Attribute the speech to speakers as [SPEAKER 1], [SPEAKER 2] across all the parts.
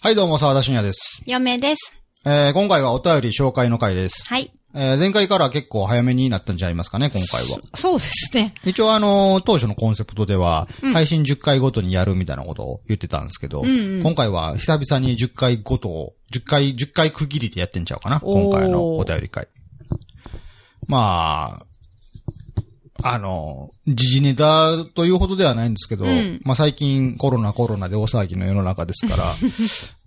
[SPEAKER 1] はい、どうも、沢田信也です。
[SPEAKER 2] 嫁です。
[SPEAKER 1] えー、今回はお便り紹介の回です。
[SPEAKER 2] はい。
[SPEAKER 1] えー、前回から結構早めになったんじゃいますかね、今回は。
[SPEAKER 2] そうですね。
[SPEAKER 1] 一応あのー、当初のコンセプトでは、配信10回ごとにやるみたいなことを言ってたんですけど、今回は久々に10回ごとを、10回、10回区切りでやってんちゃうかな、
[SPEAKER 2] おー
[SPEAKER 1] 今回のお便り会。まあ、あのー、時事ネタというほどではないんですけど、
[SPEAKER 2] うん
[SPEAKER 1] まあ最近コロナコロナで大騒ぎの世の中です から、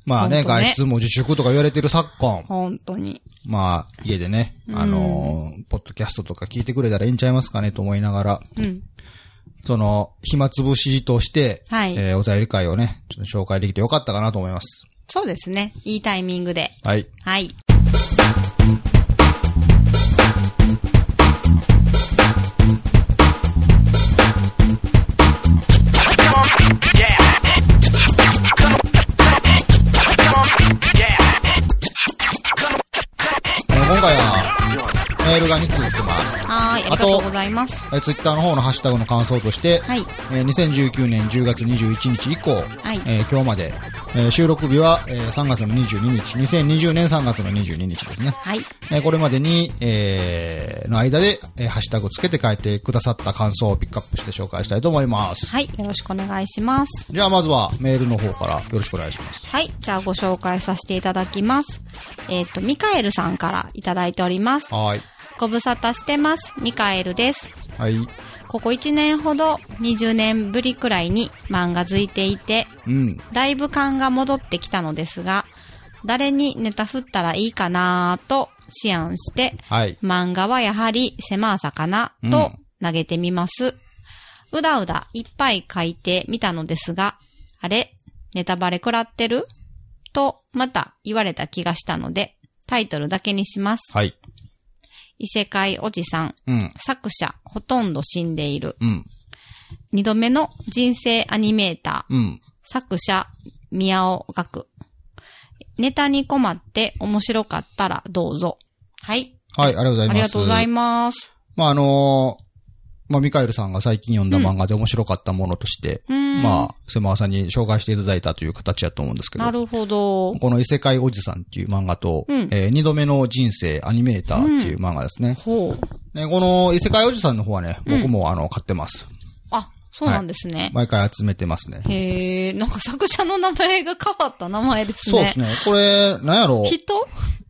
[SPEAKER 1] まあね、
[SPEAKER 2] 本当ね
[SPEAKER 1] 外出も自粛とか言われてる昨今、
[SPEAKER 2] 本当に。
[SPEAKER 1] まあ、家でね、あのーポッドキャストとか聞いてくれたらいいんちゃいますかねと思いながら、
[SPEAKER 2] うん。
[SPEAKER 1] その、暇つぶしとして、
[SPEAKER 2] はい
[SPEAKER 1] えーお便り会をね、ちょっと紹介できてよかったかなと思います。
[SPEAKER 2] そうですね。いいタイミングで。
[SPEAKER 1] はい。
[SPEAKER 2] はい。
[SPEAKER 1] えー今回は、メールが2通来てます。
[SPEAKER 2] はーい。ありがとうございます。
[SPEAKER 1] えツイッター Twitter の方のハッシュタグの感想として、
[SPEAKER 2] はい
[SPEAKER 1] えー2019年10月21日以降、
[SPEAKER 2] い
[SPEAKER 1] えー今日まで、えー収録日は、えー3月の22日、2020年3月の22日ですね。
[SPEAKER 2] はい。
[SPEAKER 1] えーこれまでに、えーの間で、えーハッシュタグつけて書いてくださった感想をピックアップして紹介したいと思います。
[SPEAKER 2] はい。よろしくお願いします。
[SPEAKER 1] じゃあまずはメールの方からよろしくお願いします。
[SPEAKER 2] はい。じゃあご紹介させていただきます。えっ、と、ミカエルさんからいただいております。
[SPEAKER 1] はーい。
[SPEAKER 2] ご無沙汰してます。ミカエルです。
[SPEAKER 1] はい。
[SPEAKER 2] ここ1年ほど20年ぶりくらいに漫画付いていて、
[SPEAKER 1] うん。
[SPEAKER 2] だいぶ感が戻ってきたのですが、誰にネタ振ったらいいかなぁと思案して、
[SPEAKER 1] はい。
[SPEAKER 2] 漫画はやはり狭さかなと投げてみます。うだうだいっぱい書いてみたのですが、あれネタバレ食らってるとまた言われた気がしたので、タイトルだけにします。
[SPEAKER 1] はい。
[SPEAKER 2] 異世界おじさん、
[SPEAKER 1] うん。
[SPEAKER 2] 作者ほとんど死んでいる。
[SPEAKER 1] うん。
[SPEAKER 2] 二度目の人生アニメーター、
[SPEAKER 1] うん。
[SPEAKER 2] 作者、宮尾学。ネタに困って面白かったらどうぞ。はい。
[SPEAKER 1] はい、ありがとうござい
[SPEAKER 2] あ
[SPEAKER 1] ます。
[SPEAKER 2] りがとうございます。
[SPEAKER 1] まあ、あのーまあ、ミカエルさんが最近読んだ漫画で面白かったものとして、
[SPEAKER 2] うーん。
[SPEAKER 1] まあ、狭間さんに紹介していただいたという形だと思うんですけど、
[SPEAKER 2] なるほど。
[SPEAKER 1] この異世界おじさんっていう漫画と、
[SPEAKER 2] うん
[SPEAKER 1] えー二度目の人生アニメーターっていう漫画ですね。
[SPEAKER 2] ほう。
[SPEAKER 1] ねこの異世界おじさんの方はね、
[SPEAKER 2] うん
[SPEAKER 1] 僕もあの、買ってます。
[SPEAKER 2] あ、そうなんですね。
[SPEAKER 1] 毎回集めてますね。
[SPEAKER 2] へえ、なんか作者の名前が変わった名前ですね。
[SPEAKER 1] そうですね。これ、なんやろ
[SPEAKER 2] 人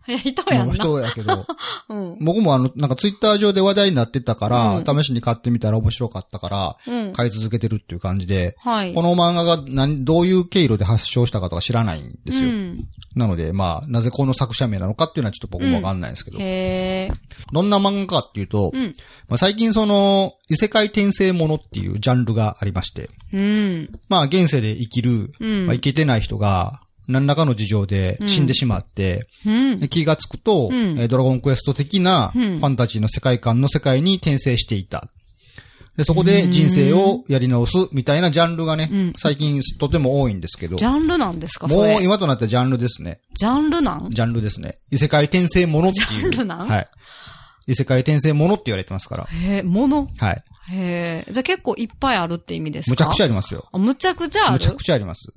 [SPEAKER 2] いや、人やん
[SPEAKER 1] まあ
[SPEAKER 2] な。
[SPEAKER 1] 人やけど、
[SPEAKER 2] うん。
[SPEAKER 1] 僕もあの、なんかツイッター上で話題になってたから、
[SPEAKER 2] う
[SPEAKER 1] 試しに買ってみたら面白かったから、
[SPEAKER 2] うん。
[SPEAKER 1] 買い続けてるっていう感じで、
[SPEAKER 2] はい。
[SPEAKER 1] この漫画が何、どういう経路で発症したかとか知らないんですよ。
[SPEAKER 2] うん。
[SPEAKER 1] なので、まあ、なぜこの作者名なのかっていうのはちょっと僕もわかんないんですけど、
[SPEAKER 2] へえ。
[SPEAKER 1] どんな漫画かっていうと、
[SPEAKER 2] うん。
[SPEAKER 1] まあ、最近その、異世界転生ものっていうジャンルがありまして、
[SPEAKER 2] うん。
[SPEAKER 1] まあ、現世で生きる、
[SPEAKER 2] うん
[SPEAKER 1] まあ、生きてない人が、何らかの事情で死んでしまって、
[SPEAKER 2] うん。
[SPEAKER 1] で気がつくと、
[SPEAKER 2] うん
[SPEAKER 1] えードラゴンクエスト的なフ
[SPEAKER 2] うん
[SPEAKER 1] ァンタジーの世界観の世界に転生していた。で、そこで人生をやり直すみたいなジャンルがね、
[SPEAKER 2] うん
[SPEAKER 1] 最近とても多いんですけど
[SPEAKER 2] ジ、ャンルなんですか
[SPEAKER 1] も
[SPEAKER 2] そうれ。
[SPEAKER 1] 今となってはジャンルですね。
[SPEAKER 2] ジャンルなん
[SPEAKER 1] ジャンルですね。異世界転生ものっていう。
[SPEAKER 2] ジャンルなん
[SPEAKER 1] はい。異世界転生ものって言われてますから。
[SPEAKER 2] へえ、もの
[SPEAKER 1] はい。
[SPEAKER 2] へえ。じゃあ結構いっぱいあるって意味ですか
[SPEAKER 1] むちゃくちゃ
[SPEAKER 2] ゃ。
[SPEAKER 1] ありますよ。
[SPEAKER 2] あむちゃくちゃあ
[SPEAKER 1] むちゃ
[SPEAKER 2] る
[SPEAKER 1] くちゃあります。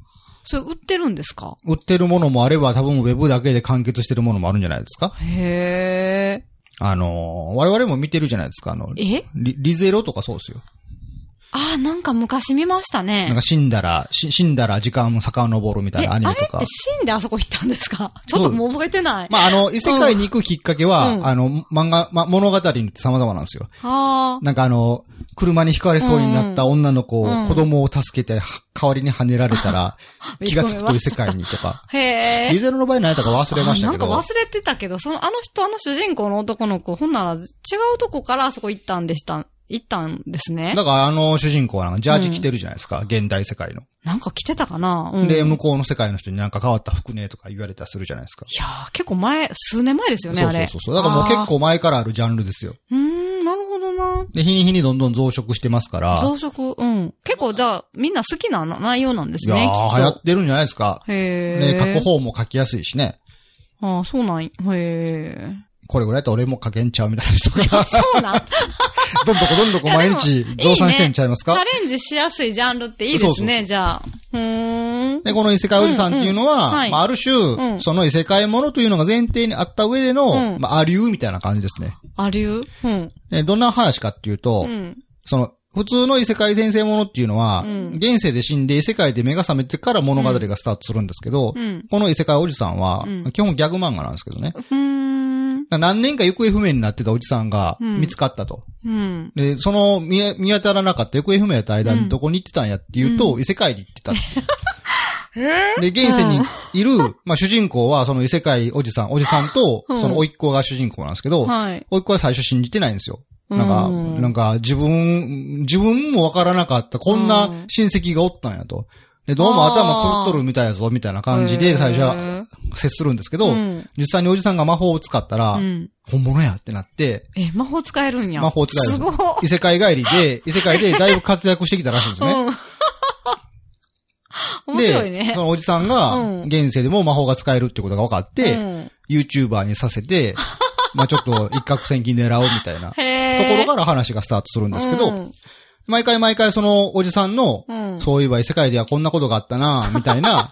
[SPEAKER 2] それ売ってるんですか
[SPEAKER 1] 売ってるものもあれば、多分ウェブだけで完結してるものもあるんじゃないですか
[SPEAKER 2] へえ。
[SPEAKER 1] あのー我々も見てるじゃないですか。あの、
[SPEAKER 2] え
[SPEAKER 1] リリゼロとかそうですよ。
[SPEAKER 2] ああ、なんか昔見まし
[SPEAKER 1] な
[SPEAKER 2] た
[SPEAKER 1] ん
[SPEAKER 2] ね
[SPEAKER 1] か。死んだら、し死んだら時間も遡るみたい
[SPEAKER 2] え、
[SPEAKER 1] なア
[SPEAKER 2] あ
[SPEAKER 1] ニ
[SPEAKER 2] れっ
[SPEAKER 1] メ
[SPEAKER 2] て
[SPEAKER 1] とか。
[SPEAKER 2] 死んであそこ行ったんですか ちょっともう覚えてない。
[SPEAKER 1] まあ、あの、異世界に行くきっかけは、
[SPEAKER 2] うん
[SPEAKER 1] あの、漫画、ま、物語によって様々なんですよ。
[SPEAKER 2] あ
[SPEAKER 1] なんかあの、車にひかれそうになった女の子を、
[SPEAKER 2] うん
[SPEAKER 1] 子供を助けて、は代わりに跳ねられた ら、
[SPEAKER 2] うん
[SPEAKER 1] 気がつくと異世界にとか。
[SPEAKER 2] あ。へ
[SPEAKER 1] リ
[SPEAKER 2] え。
[SPEAKER 1] ゼロの場合何やったか忘れました
[SPEAKER 2] な
[SPEAKER 1] け
[SPEAKER 2] んか
[SPEAKER 1] ど。
[SPEAKER 2] 忘れてたけど、その、あの人、あの主人公の男の子、ほんなら違うとこからあそこ行ったんでした、行ったんですね。
[SPEAKER 1] だからあの主人公はなんかジャージ着てるじゃないですか、現代世界の。
[SPEAKER 2] なんか来てたかなうん。
[SPEAKER 1] で、
[SPEAKER 2] い
[SPEAKER 1] 向こうの世界の人になんか変わった服ねとか言われたりするじゃないですか。
[SPEAKER 2] やー、結構前、数年前ですよね、
[SPEAKER 1] そう
[SPEAKER 2] あ
[SPEAKER 1] そう
[SPEAKER 2] れ。
[SPEAKER 1] そうそう。だからもう結
[SPEAKER 2] あー。
[SPEAKER 1] 構前からあるジャンルですよ。
[SPEAKER 2] うーん、なるほどな。
[SPEAKER 1] で、日に日にどんどん増殖してますから。
[SPEAKER 2] 増殖、うん。結構じゃあ、みんな好きな内容なんです
[SPEAKER 1] いや
[SPEAKER 2] ね、きっ
[SPEAKER 1] ー、
[SPEAKER 2] と。
[SPEAKER 1] 流行ってるんじゃないですか。
[SPEAKER 2] へえ。
[SPEAKER 1] ね、過去法も書きやすいしね。
[SPEAKER 2] ああ、そうなんや。へえ。
[SPEAKER 1] これぐらいやったら俺も書けんちゃうみたいな 人が、
[SPEAKER 2] そうなん
[SPEAKER 1] どんどこどんどこ毎日
[SPEAKER 2] いやでも
[SPEAKER 1] 増産してんちゃいます
[SPEAKER 2] チ
[SPEAKER 1] か
[SPEAKER 2] ャレンジしやすいジャンルっていいですね、
[SPEAKER 1] そうそう
[SPEAKER 2] じゃあ。うーん。
[SPEAKER 1] で、この異世界おじさんっていうのは、
[SPEAKER 2] うんうんはい
[SPEAKER 1] まあ、ある種、
[SPEAKER 2] ん
[SPEAKER 1] その異世界ものというのが前提にあった上での、
[SPEAKER 2] うん
[SPEAKER 1] まあ、ありうみたいな感じですね。
[SPEAKER 2] ありゅううん。
[SPEAKER 1] でどんな話かっていうと、
[SPEAKER 2] うん。
[SPEAKER 1] その、普通の異世界転生ものっていうのは、
[SPEAKER 2] うん
[SPEAKER 1] 現世で死んで異世界で目が覚めてから物語がスタートするんですけど、
[SPEAKER 2] うん。
[SPEAKER 1] この異世界おじさんは、
[SPEAKER 2] うん
[SPEAKER 1] 基本ギャグ漫画なんですけどね。
[SPEAKER 2] うーん。
[SPEAKER 1] 何年か行方不明になってたおじさんが
[SPEAKER 2] うん
[SPEAKER 1] 見つかったと。
[SPEAKER 2] うん。
[SPEAKER 1] で、その見え見当たらなかった行方不明やった間にどこに行ってたんやっていうと、異世界に行って たって
[SPEAKER 2] え
[SPEAKER 1] で、現世にいる、まあ、主人公は、その異世界おじさん、おじさんと、
[SPEAKER 2] うん
[SPEAKER 1] その甥っ子が主人公なんですけど、
[SPEAKER 2] はい。
[SPEAKER 1] 甥っ子は最初信じてないんですよ。なんか、
[SPEAKER 2] うん
[SPEAKER 1] なんか、自分、自分もわからなかった、こん
[SPEAKER 2] う
[SPEAKER 1] なん親戚がおったんやと。で、どうも頭狂っとるみたいやぞ、みたいな感じで、最初
[SPEAKER 2] へ
[SPEAKER 1] は
[SPEAKER 2] ー
[SPEAKER 1] 接するんですけど、
[SPEAKER 2] うん
[SPEAKER 1] 実際におじさんが魔法を使ったら
[SPEAKER 2] う、ん。
[SPEAKER 1] 本物やってなって、
[SPEAKER 2] え、魔法使えるんや。
[SPEAKER 1] 魔法使える
[SPEAKER 2] すごっ。
[SPEAKER 1] 異世界帰りで、 異世界でだいぶ活躍してきたらしいんです
[SPEAKER 2] う
[SPEAKER 1] ね。
[SPEAKER 2] ん。 面白
[SPEAKER 1] で、
[SPEAKER 2] いね
[SPEAKER 1] そ。のおじさんが
[SPEAKER 2] うん、
[SPEAKER 1] 現世でも魔法が使えるってことが分かって、
[SPEAKER 2] うん、
[SPEAKER 1] YouTuber にさせ て、まあちょっと一攫千金狙おうみたいなと
[SPEAKER 2] へ
[SPEAKER 1] ころ
[SPEAKER 2] が
[SPEAKER 1] から話がスタートするん
[SPEAKER 2] な
[SPEAKER 1] ですけど、毎回毎回そのおじさんの、
[SPEAKER 2] うん。
[SPEAKER 1] そういえば異世界ではこんなことがあったなみたい な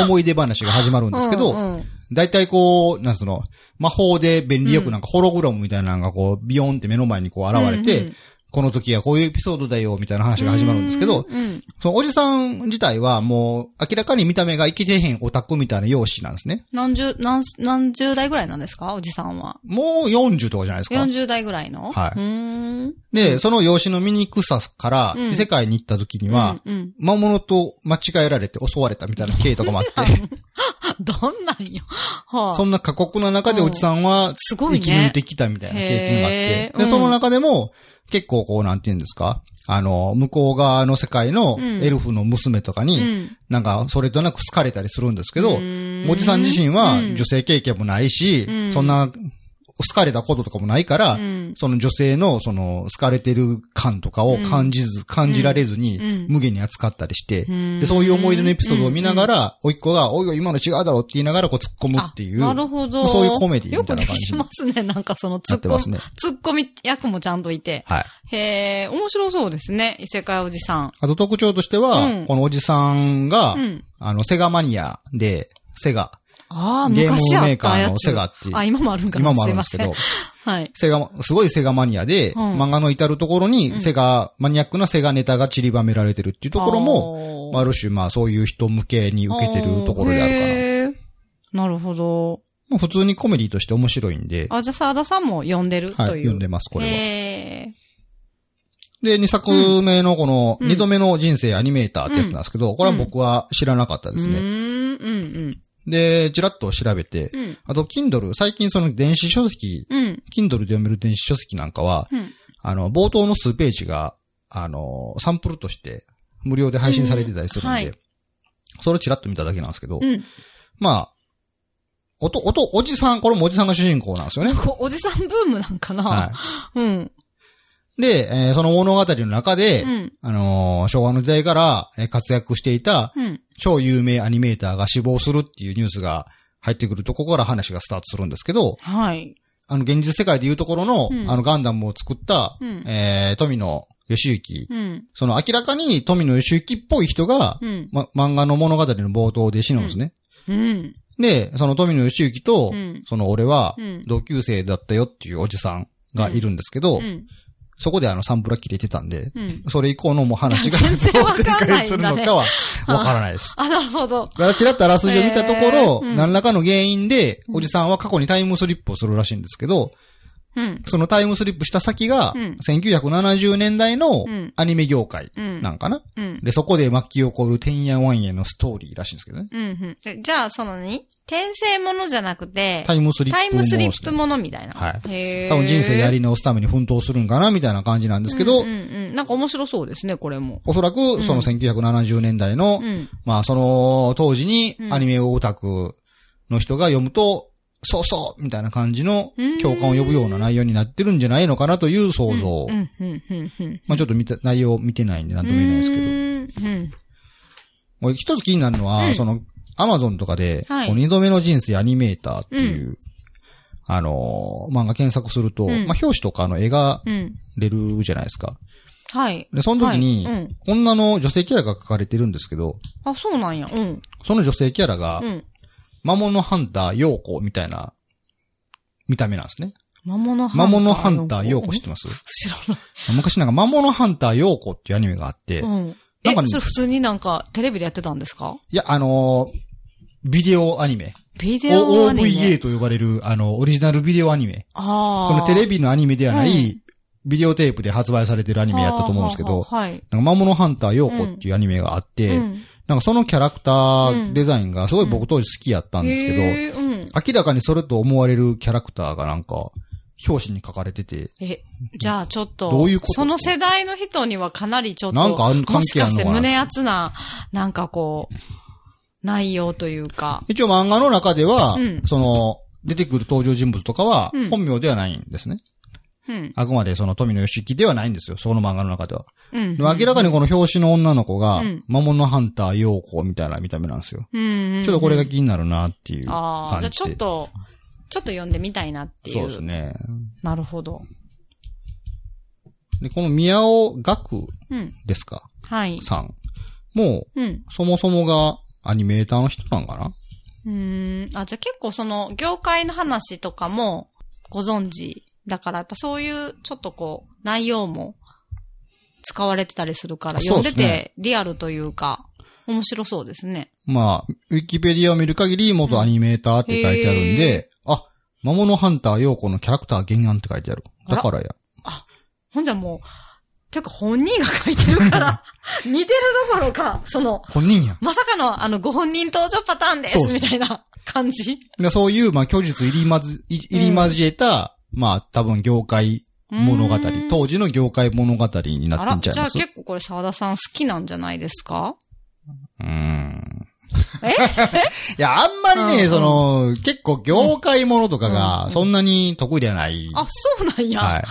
[SPEAKER 1] 思い出話が始まるんですけ
[SPEAKER 2] う
[SPEAKER 1] ど、
[SPEAKER 2] んうん
[SPEAKER 1] だいたいこう、なんその、魔法で便利よくなんかホログラムみたいなのがこう、ビヨンって目の前にこう現れ
[SPEAKER 2] うんう
[SPEAKER 1] て
[SPEAKER 2] ん、
[SPEAKER 1] この時はこういうエピソードだよみたいな話が始まるんですけど、
[SPEAKER 2] うんうん
[SPEAKER 1] そのおじさん自体はもう明らかに見た目が生きてへんオタクみたいな容姿なんですね。
[SPEAKER 2] 何十、何、何十代ぐらいなんですかおじさんは。
[SPEAKER 1] もう40とかじゃないですか。
[SPEAKER 2] 40代ぐらいの
[SPEAKER 1] はいう
[SPEAKER 2] ーん。
[SPEAKER 1] で、その養子の醜さから
[SPEAKER 2] うん
[SPEAKER 1] 異世界に行った時には、
[SPEAKER 2] うんうん。
[SPEAKER 1] 魔物と間違えられて襲われたみたいな経緯とかもあ って、
[SPEAKER 2] どんなんよ。はあ、
[SPEAKER 1] そんな過酷な中でおじさんは
[SPEAKER 2] すごい
[SPEAKER 1] 生
[SPEAKER 2] ね。
[SPEAKER 1] き抜いてきたみたいな経験があって
[SPEAKER 2] へ、ー
[SPEAKER 1] で、
[SPEAKER 2] うん
[SPEAKER 1] その中でも結構こうなんて言うんですか、あの、向こう側の世界の
[SPEAKER 2] うん
[SPEAKER 1] エルフの娘とか
[SPEAKER 2] う
[SPEAKER 1] に、
[SPEAKER 2] ん。
[SPEAKER 1] なんかそれとなく好かれたりするんですけど、
[SPEAKER 2] お
[SPEAKER 1] おじさん自身は女
[SPEAKER 2] 性
[SPEAKER 1] 性経験もないし
[SPEAKER 2] う、ん
[SPEAKER 1] そんな好かれたこととかもないから
[SPEAKER 2] う、ん。
[SPEAKER 1] その女性の、その、好かれてる感とかを感じず、感じられずに
[SPEAKER 2] うん、
[SPEAKER 1] 無限に扱ったりして、
[SPEAKER 2] うん
[SPEAKER 1] で、そういう思い出のエピソードを見ながら、おいっ子が、おいおい、今の違うだろうって言いながら、こう、突っ込むっていう。
[SPEAKER 2] あなるほど。
[SPEAKER 1] そういうコメディみたいな
[SPEAKER 2] よく
[SPEAKER 1] 感
[SPEAKER 2] でき
[SPEAKER 1] じ
[SPEAKER 2] て
[SPEAKER 1] にな
[SPEAKER 2] ますね。なんかそのツ
[SPEAKER 1] って
[SPEAKER 2] ッ
[SPEAKER 1] ま
[SPEAKER 2] コ
[SPEAKER 1] す
[SPEAKER 2] ミ、
[SPEAKER 1] ね。
[SPEAKER 2] ツッコミ役もちゃんといて。
[SPEAKER 1] はい。
[SPEAKER 2] へえ、面白そうですね。異世界おじさん。
[SPEAKER 1] あと特徴としては、
[SPEAKER 2] うん
[SPEAKER 1] このおじさんが、
[SPEAKER 2] うん。
[SPEAKER 1] あの、セガマニアで、セガ、
[SPEAKER 2] ああ、
[SPEAKER 1] ゲーム
[SPEAKER 2] 昔あ
[SPEAKER 1] メー
[SPEAKER 2] っ
[SPEAKER 1] カ
[SPEAKER 2] た
[SPEAKER 1] ー
[SPEAKER 2] や
[SPEAKER 1] の
[SPEAKER 2] つ。
[SPEAKER 1] セガっていう
[SPEAKER 2] あ、今もあるんかな
[SPEAKER 1] 今もあるんですけ
[SPEAKER 2] い
[SPEAKER 1] ど
[SPEAKER 2] ま、せんはい。
[SPEAKER 1] セガ、すごいセガマニアで、
[SPEAKER 2] うん
[SPEAKER 1] 漫画の至るところ
[SPEAKER 2] う
[SPEAKER 1] に、
[SPEAKER 2] ん
[SPEAKER 1] セガ、マニアックなセガネタが散りばめられてるっていうところも、
[SPEAKER 2] も
[SPEAKER 1] まあある種、まあそういう人向けに受けてるところであるから。
[SPEAKER 2] ら。なるほど。
[SPEAKER 1] まあ、普通にコメディとして面白いんで、は
[SPEAKER 2] あ、じゃあ、沢田さんも読んでる
[SPEAKER 1] い、
[SPEAKER 2] という。
[SPEAKER 1] 読んでます、これは。
[SPEAKER 2] へ
[SPEAKER 1] で、2作目のこの、
[SPEAKER 2] うん
[SPEAKER 1] 2度目の人生アニメーターってやつなんですけど、これは僕は知らなかった
[SPEAKER 2] ー
[SPEAKER 1] です
[SPEAKER 2] う
[SPEAKER 1] ね。
[SPEAKER 2] ーん、うん、
[SPEAKER 1] で、ちらっと調べて
[SPEAKER 2] う、ん。
[SPEAKER 1] あと、Kindle、最近その電子書籍、
[SPEAKER 2] うん、うん。
[SPEAKER 1] Kindle で読める電子書籍なんかは、
[SPEAKER 2] うん
[SPEAKER 1] あの、冒頭の数ページが、あの、サンプルとして無料で配信されてたりするんで、
[SPEAKER 2] うんはい
[SPEAKER 1] それをちらっと見ただけなんですけど、
[SPEAKER 2] うん。
[SPEAKER 1] まあ、おと、おと、おじさん、これもおじさんが主人公なんですよね。
[SPEAKER 2] こうおじさんブームなんかな、
[SPEAKER 1] は
[SPEAKER 2] うん。
[SPEAKER 1] い。で、えーその物語の中で、
[SPEAKER 2] うん。
[SPEAKER 1] あのー昭和の時代からえー活躍していた
[SPEAKER 2] うん。
[SPEAKER 1] 超有名アニメーターが死亡するっていうニュースが入ってくると、ここから話がスタートするんですけど、
[SPEAKER 2] はい。
[SPEAKER 1] あの、現実世界でいうところの、
[SPEAKER 2] うん
[SPEAKER 1] あの、ガンダムを作った、
[SPEAKER 2] うん
[SPEAKER 1] えー富野義行。
[SPEAKER 2] うん。
[SPEAKER 1] その明らかに富野義行っぽい人が、
[SPEAKER 2] うん。
[SPEAKER 1] ま、漫画の物語の冒頭で死ぬんですね。
[SPEAKER 2] うん。
[SPEAKER 1] で、その富野義行と、
[SPEAKER 2] うん
[SPEAKER 1] その俺は
[SPEAKER 2] う、ん。
[SPEAKER 1] 同級生だったよっていうおじさんがいるんですけど、
[SPEAKER 2] うん。
[SPEAKER 1] そこであのサンプラ切れてたんで、
[SPEAKER 2] うん。
[SPEAKER 1] それ以降のもう話が
[SPEAKER 2] 全然
[SPEAKER 1] ど
[SPEAKER 2] わ
[SPEAKER 1] う展
[SPEAKER 2] かん
[SPEAKER 1] 開
[SPEAKER 2] ないんだね
[SPEAKER 1] するのかはわからないです。
[SPEAKER 2] あ、なるほど。
[SPEAKER 1] だからちらっとあらすじを見たところ、
[SPEAKER 2] へーうん
[SPEAKER 1] 何らかの原因で、おじさんは過去にタイムスリップをするらしいんですけど、
[SPEAKER 2] うん。
[SPEAKER 1] そのタイムスリップした先が、
[SPEAKER 2] うん
[SPEAKER 1] 1970年代の
[SPEAKER 2] うん
[SPEAKER 1] アニメ業界
[SPEAKER 2] うん。
[SPEAKER 1] なんかな、
[SPEAKER 2] うん。
[SPEAKER 1] で、そこで巻き起こるてんやわんやのストーリーらしいんですけどね。
[SPEAKER 2] うん。うん。えじゃあ、そのに転生ものじゃなくて、
[SPEAKER 1] タイムスリップ
[SPEAKER 2] タイ
[SPEAKER 1] もの
[SPEAKER 2] ムスリ
[SPEAKER 1] です
[SPEAKER 2] ップ
[SPEAKER 1] ね。
[SPEAKER 2] ものみたいな。
[SPEAKER 1] はい
[SPEAKER 2] へー
[SPEAKER 1] 多分人生やり直すために奮闘するんかなみたいな感じなんですけど、
[SPEAKER 2] うんうんうんなんか面白そうですね、これも。
[SPEAKER 1] おそらくその1970年代の
[SPEAKER 2] うん。
[SPEAKER 1] まあ、その当時に
[SPEAKER 2] うん
[SPEAKER 1] アニメオタクの人が読むと、そうそうみたいな感じの共感を呼ぶような内容になってるんじゃないのかなという想像
[SPEAKER 2] う。ん、うん、うん、うん。
[SPEAKER 1] まあ、ちょっと見た、内容見てないんでなんとも言えないですけど。
[SPEAKER 2] ど。うん。
[SPEAKER 1] もう一つ気になるのは、
[SPEAKER 2] うん
[SPEAKER 1] その、アマゾンとかで、
[SPEAKER 2] はい
[SPEAKER 1] この二度目の人生アニメーターっていう、あのー漫画検索すると、
[SPEAKER 2] うん
[SPEAKER 1] まあ、表紙とかの絵が
[SPEAKER 2] うん。
[SPEAKER 1] 出るじゃないですか。
[SPEAKER 2] はい。
[SPEAKER 1] で、その時に、
[SPEAKER 2] はいうん
[SPEAKER 1] 女の女性キャラが描かれてるんですけど、
[SPEAKER 2] あ、そうなんや。うん。
[SPEAKER 1] その女性キャラが、
[SPEAKER 2] うん。
[SPEAKER 1] 魔物ハンター、ヨーコみたいな、見た目なんですね。
[SPEAKER 2] 魔物ハンター。
[SPEAKER 1] 魔物ハンター、ヨーコ知ってます
[SPEAKER 2] 知らない。
[SPEAKER 1] 昔なんか魔物ハンター、ヨーコっていうアニメがあって、い
[SPEAKER 2] うん。
[SPEAKER 1] な
[SPEAKER 2] え
[SPEAKER 1] んかね、
[SPEAKER 2] それ普通になんかテレビでやってたんですか
[SPEAKER 1] や、あのービデオアニメ。
[SPEAKER 2] ビデオアニメ。
[SPEAKER 1] OVA と呼ばれる、あの、オリジナルビデオアニメ。
[SPEAKER 2] ああ。
[SPEAKER 1] そのテレビのアニメではな
[SPEAKER 2] はいい、
[SPEAKER 1] ビデオテープで発売されてるア
[SPEAKER 2] ア
[SPEAKER 1] ニメやったと思うんですけど、
[SPEAKER 2] はい。
[SPEAKER 1] なんか魔物ハンター、ヨーコっていうアニメがあって、
[SPEAKER 2] うん
[SPEAKER 1] なんかそのキャラクターデザインがすごい僕当時好きやったんですけど、
[SPEAKER 2] へーうん。
[SPEAKER 1] 明らかにそれと思われるキャラクターがなんか、表紙に書かれてて、
[SPEAKER 2] え、じゃあちょっと、
[SPEAKER 1] どういうこと
[SPEAKER 2] その世代の人にはかなりちょっと、
[SPEAKER 1] なんかあん関
[SPEAKER 2] もし
[SPEAKER 1] 係あ
[SPEAKER 2] か
[SPEAKER 1] るの
[SPEAKER 2] し
[SPEAKER 1] か
[SPEAKER 2] て
[SPEAKER 1] な
[SPEAKER 2] 胸熱な、なんかこう、内容というか。
[SPEAKER 1] 一応漫画の中では、
[SPEAKER 2] うん
[SPEAKER 1] その、出てくる登場人物とかは
[SPEAKER 2] う、ん
[SPEAKER 1] 本名ではないんですね。
[SPEAKER 2] うん。
[SPEAKER 1] あくまでその富野義行ではないんですよ、その漫画の中では。
[SPEAKER 2] うん。
[SPEAKER 1] でも明らかにこの表紙の女の子が
[SPEAKER 2] うん、
[SPEAKER 1] 魔物ハンター陽子みたいな見た目なんですよ。
[SPEAKER 2] うんうんうん。
[SPEAKER 1] ちょっとこれが気になるなっていう
[SPEAKER 2] ああ、
[SPEAKER 1] 感
[SPEAKER 2] じゃあ
[SPEAKER 1] じで。
[SPEAKER 2] ちょっと、ちょっと読んでみたいなっていう。
[SPEAKER 1] そうですね。
[SPEAKER 2] なるほど。
[SPEAKER 1] で、この宮尾学
[SPEAKER 2] うん。
[SPEAKER 1] ですか
[SPEAKER 2] はい。
[SPEAKER 1] さん。も
[SPEAKER 2] うん。
[SPEAKER 1] う、そもそもがアニメーターの人なんかな
[SPEAKER 2] うーん。あ、じゃあ結構その、業界の話とかもご存知。だからやっぱそういう、ちょっとこう、内容も使われてたりするから、
[SPEAKER 1] そう
[SPEAKER 2] 読ん
[SPEAKER 1] で
[SPEAKER 2] です
[SPEAKER 1] ね
[SPEAKER 2] てリアルというか、面白そうですね。
[SPEAKER 1] まあ、ウィキペディアを見る限り、元アニメーターって書いてあるんで、あ、魔物ハンター陽子のキャラクター原案って書いてある。だからや。
[SPEAKER 2] ほんじゃもう、てか本人が書いてるから、 似てるどころか、その、
[SPEAKER 1] 本人や。
[SPEAKER 2] まさかのあの、ご本人登場パターンです、
[SPEAKER 1] そうで
[SPEAKER 2] み
[SPEAKER 1] す
[SPEAKER 2] たいな感じ。
[SPEAKER 1] でそういう、まあ、虚実入りまず、い入り交えた、まあ、多分業界物語
[SPEAKER 2] うーん、
[SPEAKER 1] 当時の業界物語に
[SPEAKER 2] あ
[SPEAKER 1] なって
[SPEAKER 2] ら、
[SPEAKER 1] んちゃい
[SPEAKER 2] じゃ
[SPEAKER 1] ま
[SPEAKER 2] あ
[SPEAKER 1] す
[SPEAKER 2] 結構これ沢田さん好きなんじゃないですか
[SPEAKER 1] うーん。
[SPEAKER 2] え
[SPEAKER 1] いや、あんまり
[SPEAKER 2] うんう
[SPEAKER 1] ね、
[SPEAKER 2] ん
[SPEAKER 1] その、結構業界ものとか
[SPEAKER 2] うんう
[SPEAKER 1] が、
[SPEAKER 2] ん
[SPEAKER 1] そんなに得意ではない。
[SPEAKER 2] あ、そうなんや。
[SPEAKER 1] はい。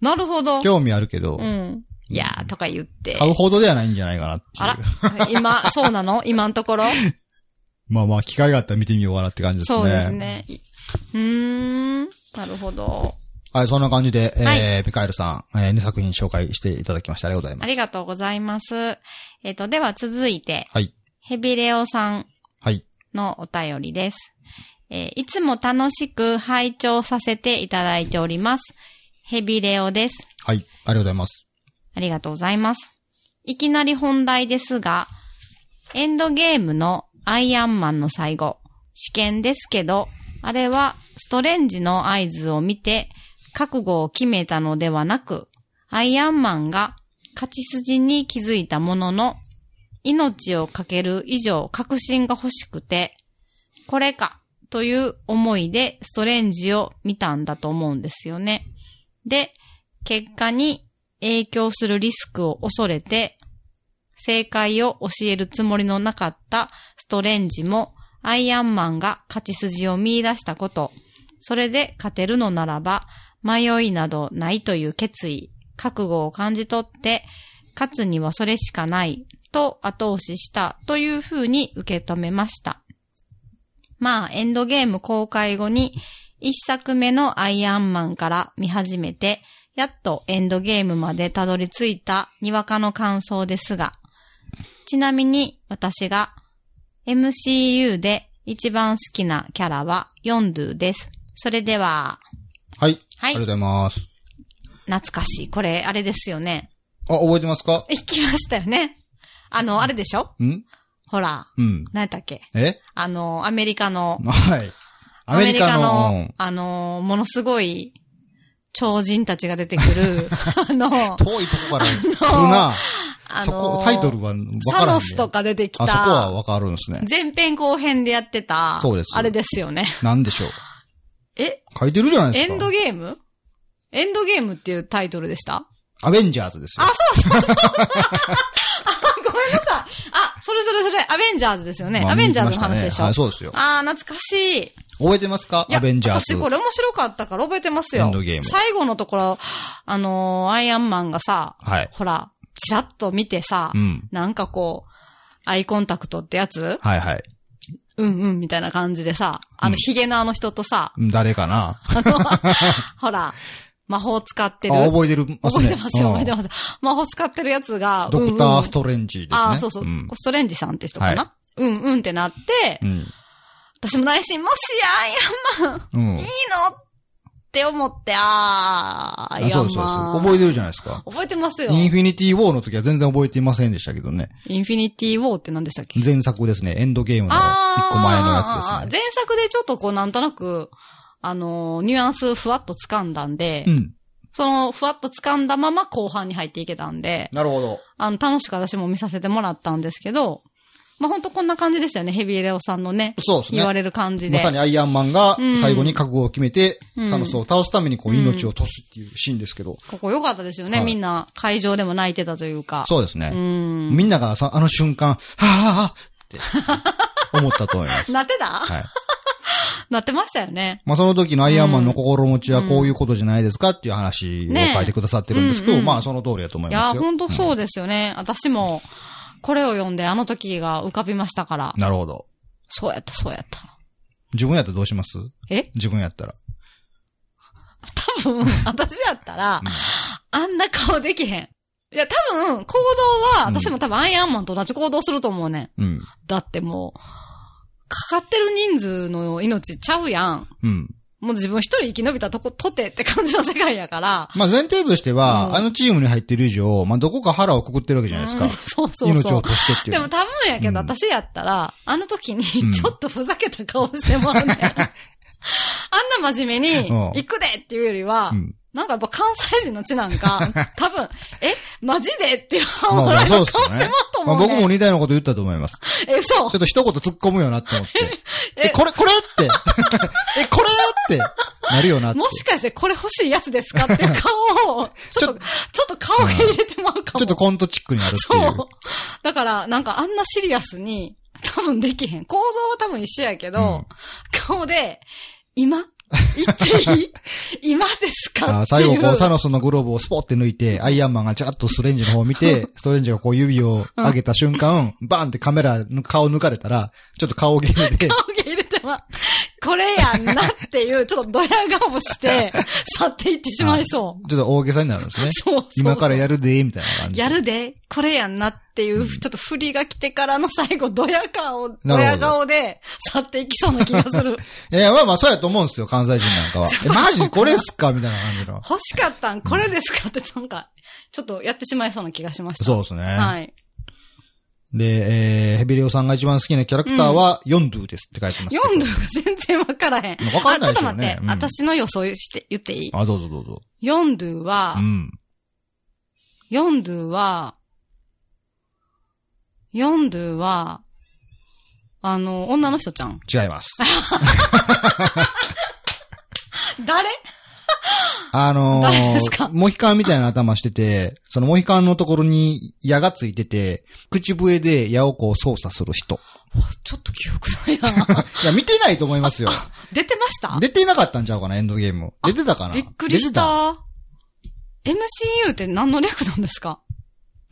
[SPEAKER 2] なるほど。
[SPEAKER 1] 興味あるけど
[SPEAKER 2] う、ん。いやーとか言って。
[SPEAKER 1] 買うほどではないんじゃないかなっていう。
[SPEAKER 2] あら、 今、そうなの今のところ
[SPEAKER 1] まあまあ、機会があったら見てみようかなって感じですね。
[SPEAKER 2] そうです。ね。いうーん。なるほど。
[SPEAKER 1] はい、そんな感じで、えー
[SPEAKER 2] は
[SPEAKER 1] ミカエルさん、え2作品紹介していただきました。ありがとうございます。
[SPEAKER 2] ありがとうございます。えっ、と、では続いて、
[SPEAKER 1] はい。
[SPEAKER 2] ヘビレオさん
[SPEAKER 1] はい。
[SPEAKER 2] のお便りです。えーいつも楽しく拝聴させていただいております。ヘビレオです。
[SPEAKER 1] はい。ありがとうございます。
[SPEAKER 2] ありがとうございます。いきなり本題ですが、エンドゲームのアイアンマンの最後、試験ですけど、あれはストレンジの合図を見て、覚悟を決めたのではなく、アイアンマンが勝ち筋に気づいたものの、命をかける以上確信が欲しくて、これか、という思いでストレンジを見たんだと思うんですよね。で、結果に影響するリスクを恐れて、正解を教えるつもりのなかったストレンジも、アイアンマンが勝ち筋を見出したこと、それで勝てるのならば、迷いなどないという決意、覚悟を感じ取って、勝つにはそれしかない、と後押ししたというふうに受け止めました。まあ、エンドゲーム公開後に、一作目のアイアンマンから見始めて、やっとエンドゲームまでたどり着いたにわかの感想ですが、ちなみに私が MCU で一番好きなキャラはヨンドゥです。それでは、
[SPEAKER 1] はい。あ
[SPEAKER 2] は
[SPEAKER 1] りがと
[SPEAKER 2] い
[SPEAKER 1] うご、ざいます。
[SPEAKER 2] 懐かしい。これ、あれですよね。
[SPEAKER 1] あ、覚えてますか
[SPEAKER 2] 行きましたよね。あの、あれでしょ
[SPEAKER 1] ん
[SPEAKER 2] ほら、
[SPEAKER 1] うん。
[SPEAKER 2] 何やったっけ
[SPEAKER 1] え
[SPEAKER 2] あの、アメリカの、
[SPEAKER 1] はい。アメリカの、
[SPEAKER 2] アメリカのあの、ものすごい超人たちが出てく る、あの、
[SPEAKER 1] うん遠いとこから来るな。
[SPEAKER 2] あ
[SPEAKER 1] そ
[SPEAKER 2] の、
[SPEAKER 1] こ、タイトルはわ
[SPEAKER 2] サ
[SPEAKER 1] からん
[SPEAKER 2] ノ
[SPEAKER 1] ね
[SPEAKER 2] スとか出てき
[SPEAKER 1] あ、そこは
[SPEAKER 2] た、
[SPEAKER 1] わかるんですね。
[SPEAKER 2] 前編後編でやってた、
[SPEAKER 1] そうです
[SPEAKER 2] あれですよね。
[SPEAKER 1] なんでしょう。
[SPEAKER 2] え、
[SPEAKER 1] 書いてるじゃないで
[SPEAKER 2] エ
[SPEAKER 1] すか。
[SPEAKER 2] ンドゲームエンドゲームっていうタイトルでした
[SPEAKER 1] アベンジャーズですよ。
[SPEAKER 2] ごめんなさい。あ、それそれそれ、アベンジャーズですよね。
[SPEAKER 1] まあ
[SPEAKER 2] アベンジャーズの
[SPEAKER 1] 見ま
[SPEAKER 2] 話
[SPEAKER 1] したね
[SPEAKER 2] でしょ。
[SPEAKER 1] はい、そうですよ。
[SPEAKER 2] あー、懐かしい。
[SPEAKER 1] 覚えてますか
[SPEAKER 2] いや
[SPEAKER 1] アベンジャーズ。
[SPEAKER 2] 私これ面白かったから覚えてますよ。
[SPEAKER 1] エンドゲーム
[SPEAKER 2] 最後のところ、あのーアイアンマンがさ、
[SPEAKER 1] はい。
[SPEAKER 2] ほら、チラッと見てさ、
[SPEAKER 1] うん。
[SPEAKER 2] なんかこう、アイコンタクトってやつ
[SPEAKER 1] はいはい。
[SPEAKER 2] うんうんみたいな感じでさ、あ
[SPEAKER 1] うん
[SPEAKER 2] のヒゲのあの人とさ、
[SPEAKER 1] 誰かなあ、
[SPEAKER 2] あの、ほら、魔法使ってる。
[SPEAKER 1] 覚えてるます
[SPEAKER 2] 覚
[SPEAKER 1] ね。
[SPEAKER 2] えてますよ、
[SPEAKER 1] うん
[SPEAKER 2] 覚えてます。魔法使ってるやつが、
[SPEAKER 1] ドクタ
[SPEAKER 2] うんう
[SPEAKER 1] ー
[SPEAKER 2] ん
[SPEAKER 1] ストレンジですね。
[SPEAKER 2] ああ、そうそう、
[SPEAKER 1] ん
[SPEAKER 2] ストレンジさんって人かな、
[SPEAKER 1] は
[SPEAKER 2] うんうんってなって、
[SPEAKER 1] うん。
[SPEAKER 2] 私も内心、もしやんや
[SPEAKER 1] うん。
[SPEAKER 2] んいいのって思って、あ
[SPEAKER 1] あ
[SPEAKER 2] ー、
[SPEAKER 1] そう
[SPEAKER 2] い
[SPEAKER 1] ですそう
[SPEAKER 2] やま
[SPEAKER 1] です。
[SPEAKER 2] あ、
[SPEAKER 1] 覚えてるじゃないですか。
[SPEAKER 2] 覚えてますよ。
[SPEAKER 1] イン
[SPEAKER 2] イ
[SPEAKER 1] フィニティ・ウォーの時は全然覚えていませんでしたけどね。
[SPEAKER 2] ンフィニティ・ウォーって何でしたっけ
[SPEAKER 1] 前作ですね。エンドゲームの
[SPEAKER 2] あー
[SPEAKER 1] 一個前のやつですね。
[SPEAKER 2] 前作でちょっとこう、なんとなく、あのーニュアンスふわっと掴んだんで、
[SPEAKER 1] うん。
[SPEAKER 2] そのふわっと掴んだまま後半に入っていけたんで、
[SPEAKER 1] なるほど。
[SPEAKER 2] あの、楽しく私も見させてもらったんですけど、まあ、ほんとこんな感じでしたよね、ヘビーレオさんのね、
[SPEAKER 1] そうです
[SPEAKER 2] 言わ
[SPEAKER 1] ね。
[SPEAKER 2] れる感じで。
[SPEAKER 1] まさにアイアンマンが最後に覚悟を決めて、
[SPEAKER 2] うん
[SPEAKER 1] サノスを倒すためにこう
[SPEAKER 2] うん
[SPEAKER 1] 命を落とすっていうシーンですけど。
[SPEAKER 2] ここ良かったですよね、
[SPEAKER 1] はい
[SPEAKER 2] みんな会場でも泣いてたというか。
[SPEAKER 1] そうです
[SPEAKER 2] う
[SPEAKER 1] ね。
[SPEAKER 2] ん。
[SPEAKER 1] みんながさ、あの瞬間、はぁはぁはぁって思ったと思い ます。
[SPEAKER 2] なってた、
[SPEAKER 1] はい。
[SPEAKER 2] なってましたよね。
[SPEAKER 1] まあその時のアイアンマンの心持ちはこういうことじゃないですかっていう話を書いてくださってるんですけど、
[SPEAKER 2] ねえうんうん
[SPEAKER 1] まあその通りだと思い
[SPEAKER 2] い
[SPEAKER 1] ま
[SPEAKER 2] や、
[SPEAKER 1] すよ。
[SPEAKER 2] ほんとそううですよね。私も、これを読んであの時が浮かびましたから
[SPEAKER 1] ん。。なるほど。
[SPEAKER 2] そうやった、そうやった。
[SPEAKER 1] 自分やったらどうします
[SPEAKER 2] え
[SPEAKER 1] 自分やったら。
[SPEAKER 2] 多分、私やったら、
[SPEAKER 1] うん
[SPEAKER 2] あんな顔できへん。いや、多分、行動は、
[SPEAKER 1] うん
[SPEAKER 2] 私も多分アイアンマンと同じ行動すると思うねん。
[SPEAKER 1] うん。
[SPEAKER 2] だってもう、かかってる人数の命ちゃうやん。
[SPEAKER 1] うん。
[SPEAKER 2] もう自分一人生き延びたとことてって感じの世界やから。
[SPEAKER 1] まあ前提としては、
[SPEAKER 2] うん
[SPEAKER 1] あのチームに入ってる以上、まあどこか腹をくくってるわけじゃないですか。
[SPEAKER 2] うん そうそう
[SPEAKER 1] 命を
[SPEAKER 2] そ
[SPEAKER 1] 落としてって
[SPEAKER 2] う。
[SPEAKER 1] いう
[SPEAKER 2] で
[SPEAKER 1] の
[SPEAKER 2] も
[SPEAKER 1] は。
[SPEAKER 2] 多分やけど、
[SPEAKER 1] うん
[SPEAKER 2] 私やったら、あの時に
[SPEAKER 1] うん
[SPEAKER 2] ちょっとふざけた顔しても らうねん。あんな真面目に、
[SPEAKER 1] うん
[SPEAKER 2] 行くでっていうよりは、
[SPEAKER 1] うん
[SPEAKER 2] なんかやっぱ関西人の血なんか、多分、え、マジでっていう
[SPEAKER 1] まあ
[SPEAKER 2] 顔
[SPEAKER 1] まあ
[SPEAKER 2] しても
[SPEAKER 1] そ
[SPEAKER 2] ら
[SPEAKER 1] う
[SPEAKER 2] う
[SPEAKER 1] っすよね。
[SPEAKER 2] と
[SPEAKER 1] まあ
[SPEAKER 2] 思う、ね
[SPEAKER 1] 僕も似たようなこと言ったと思います。ち
[SPEAKER 2] え、そう
[SPEAKER 1] ょっと一言突っ込むよなって思って。
[SPEAKER 2] え
[SPEAKER 1] え、これ、これって。 え、これって。なるよなって。
[SPEAKER 2] もしかしてこれ欲しいやつですかっていう顔 を、ちょっと、ちょっと顔が入れてまうかも。
[SPEAKER 1] ちょっとコントチックになるっていう。
[SPEAKER 2] そう。だから、なんかあんなシリアスに、多分できへん。構造は多分一緒やけど、顔で、今言って いい今です
[SPEAKER 1] あー
[SPEAKER 2] かってい
[SPEAKER 1] 最
[SPEAKER 2] う
[SPEAKER 1] 後、こう、サノスのグローブをスポって抜いて、アイアンマンがチャッとストレンジの方を見て、ストレンジがこう指を上げた瞬間、バンってカメラの顔抜かれたら、ちょっと顔 芸で、
[SPEAKER 2] 顔芸入れてま、これやんなっていう、ちょっとドヤ顔 して、去っていってしまいそう。
[SPEAKER 1] ちょっと大げさになるんですね。
[SPEAKER 2] そうそう
[SPEAKER 1] 今からやるで、みたいな感じで。
[SPEAKER 2] やるで、これやんなっていう、ちょっと振りが来てからの最後、ドヤ顔、ド
[SPEAKER 1] ど
[SPEAKER 2] ヤ顔で去っていきそうな気がする。
[SPEAKER 1] いや、まあまあ、そうやと思うんですよ、関西人なんかは。え、マジこれっすかみたいな感じの。
[SPEAKER 2] 欲しかったん、これですかって、なんか、ちょっとやってしまいそうな気がしました。
[SPEAKER 1] そうですね。
[SPEAKER 2] はい。
[SPEAKER 1] で、えー、ヘビレオさんが一番好きなキャラクターは、ヨンドゥですって書いてますけど。
[SPEAKER 2] 読んだが全然わからへん。
[SPEAKER 1] わかんない
[SPEAKER 2] あ、ち
[SPEAKER 1] です
[SPEAKER 2] ょっと
[SPEAKER 1] よ
[SPEAKER 2] 待って
[SPEAKER 1] ね。。うん
[SPEAKER 2] 私の予想して、言っていい
[SPEAKER 1] あ、どうぞどうぞ。
[SPEAKER 2] ヨンドゥは
[SPEAKER 1] う、ん。
[SPEAKER 2] ヨンドゥは、ヨンドゥは、あの、女の人ちゃん。
[SPEAKER 1] 違います。
[SPEAKER 2] 誰
[SPEAKER 1] あの
[SPEAKER 2] 誰ですか
[SPEAKER 1] ー、モヒカンみたいな頭してて、そのモヒカンのところに矢がついてて、口笛で矢をこう操作する人。
[SPEAKER 2] ちょっと記憶な いな。
[SPEAKER 1] いや、見てないと思いますよ。
[SPEAKER 2] 出てました
[SPEAKER 1] 出てなかったんちゃうかな、エンドゲーム。出てたかな
[SPEAKER 2] びっくりし。
[SPEAKER 1] 出て
[SPEAKER 2] た。MCU って何の略なんですか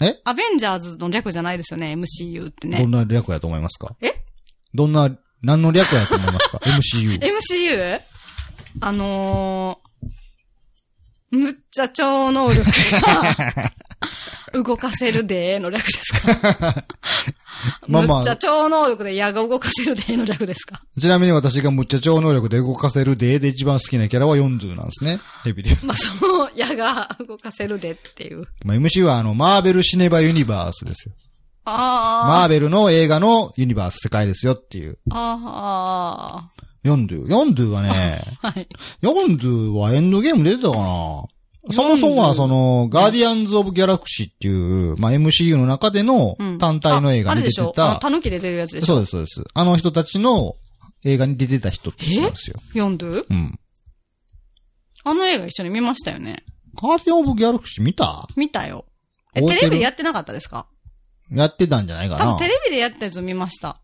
[SPEAKER 1] え
[SPEAKER 2] アベンジャーズの略じゃないですよね、MCU って
[SPEAKER 1] どん
[SPEAKER 2] ね。
[SPEAKER 1] な略やと思いますか
[SPEAKER 2] え
[SPEAKER 1] どんな、何の略やと思います か ?MCU。
[SPEAKER 2] MCU? あのー、むっちゃ超能力 が動かせるでーの略ですか
[SPEAKER 1] まあまあ
[SPEAKER 2] むっちゃ超能力で矢が動かせるでーの略です か
[SPEAKER 1] ちなみに私がむっちゃ超能力で動かせるでで一番好きなキャラは40なんですね。ヘビで。
[SPEAKER 2] まあ、その矢が動かせるでっていう。
[SPEAKER 1] まあ、MC はあの、マーベルシネバユニバースですよ。マ
[SPEAKER 2] あ
[SPEAKER 1] ーベルの映画のユニバース世界ですよっていう。
[SPEAKER 2] あ。あ
[SPEAKER 1] ヨンドゥ。ヨンドゥは ね、
[SPEAKER 2] あ。はい。
[SPEAKER 1] ヨンドゥはエンドゲーム出てたかなそもそもはその、ガーディアンズ・オブ・ギャラクシーっていう、まあ、MCU の中での
[SPEAKER 2] うん
[SPEAKER 1] 単体の映画に出て
[SPEAKER 2] ああれでしょあ
[SPEAKER 1] た、
[SPEAKER 2] の狸で出るやつでしょ
[SPEAKER 1] そうです、そうです。あの人たちの映画に出てた人たちなんですよ。
[SPEAKER 2] 読んで
[SPEAKER 1] うん。
[SPEAKER 2] あの映画一緒に見ましたよね。
[SPEAKER 1] ガーディアン・オブ・ギャラクシー見た
[SPEAKER 2] 見たよ。え、
[SPEAKER 1] 覚
[SPEAKER 2] テ
[SPEAKER 1] えてる
[SPEAKER 2] レビでやってなかったですか
[SPEAKER 1] やってたんじゃないか
[SPEAKER 2] 多分
[SPEAKER 1] な
[SPEAKER 2] テレビでやったやつ見ました。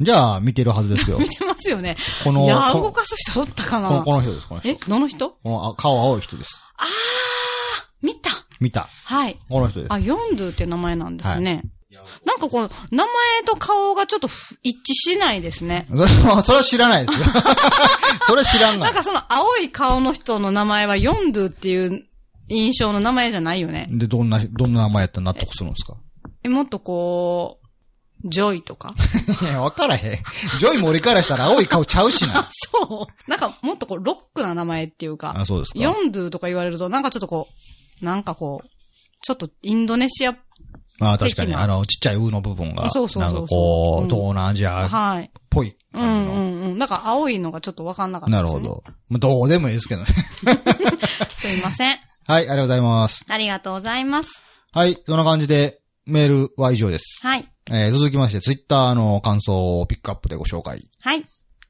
[SPEAKER 1] じゃあ、見てるはずです よ
[SPEAKER 2] 見。てますよね。
[SPEAKER 1] この、
[SPEAKER 2] いやー、
[SPEAKER 1] こ
[SPEAKER 2] 動
[SPEAKER 1] の
[SPEAKER 2] かす人おったか
[SPEAKER 1] この
[SPEAKER 2] な
[SPEAKER 1] この人です、この人。
[SPEAKER 2] え、どの人
[SPEAKER 1] このあ顔青い人です。
[SPEAKER 2] あー見た
[SPEAKER 1] 見た。
[SPEAKER 2] はい。
[SPEAKER 1] この人です。
[SPEAKER 2] あ、ヨンドゥっていう名前なんですね。なんかこう、名前と顔がちょっとふ一致しないですね。
[SPEAKER 1] それは、それは知らないですよ。 それは知らんが
[SPEAKER 2] なん
[SPEAKER 1] な。
[SPEAKER 2] かその青い顔の人の名前はヨンドゥっていう印象の名前じゃないよね。
[SPEAKER 1] で、どんな、どんな名前やったら納得するんですか
[SPEAKER 2] え、もっとこう、ジョイとか。
[SPEAKER 1] いや、わからへん。ジョイも俺からしたら青い顔ちゃうし な。
[SPEAKER 2] そう。なんかもっとこう、ロックな名前っていうか
[SPEAKER 1] あ、、そうですか。
[SPEAKER 2] ヨンドゥとか言われると、なんかちょっとこう、なんかこう、ちょっとインドネシア、
[SPEAKER 1] まあ確かに、
[SPEAKER 2] 的な
[SPEAKER 1] あの、ちっちゃいウーの部分が、
[SPEAKER 2] そうそうそう
[SPEAKER 1] な
[SPEAKER 2] そうん
[SPEAKER 1] かこう、
[SPEAKER 2] うん
[SPEAKER 1] 東南アジアっ
[SPEAKER 2] はい。
[SPEAKER 1] ぽい
[SPEAKER 2] うん
[SPEAKER 1] 感じの。
[SPEAKER 2] うんうん。なんか青いのがちょっとわかんなかった
[SPEAKER 1] な
[SPEAKER 2] で
[SPEAKER 1] る
[SPEAKER 2] す、ね。
[SPEAKER 1] ほ。ど。まあどうでもいいですけどね。
[SPEAKER 2] すいません。
[SPEAKER 1] はい、ありがとうございます。
[SPEAKER 2] ありがとうございます。
[SPEAKER 1] はい、そんな感じで、メールは以上です。
[SPEAKER 2] はい。
[SPEAKER 1] えー、続きまして、ツイッターの感想をピックアップでご紹介。
[SPEAKER 2] はい。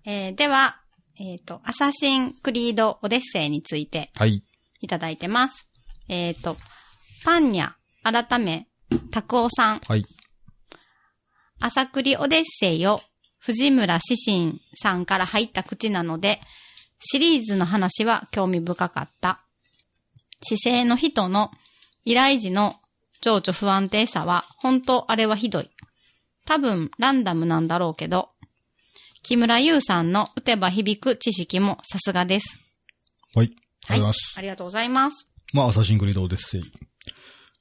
[SPEAKER 2] えー、では、えっ、と、アサシンクリードオデッセイについて
[SPEAKER 1] はい。
[SPEAKER 2] いただいてます。えっ、と、パンニャ、改め、タクオさん、
[SPEAKER 1] はい。
[SPEAKER 2] 朝栗オデッセイを藤村志信さんから入った口なので、シリーズの話は興味深かった。姿勢の人の依頼時の情緒不安定さは、本当あれはひどい。多分ランダムなんだろうけど、木村優さんの打てば響く知識もさすがです。
[SPEAKER 1] はい。ありがとうございます。
[SPEAKER 2] ありがとうございます。
[SPEAKER 1] まあ、アサシンクリードオデッセイ。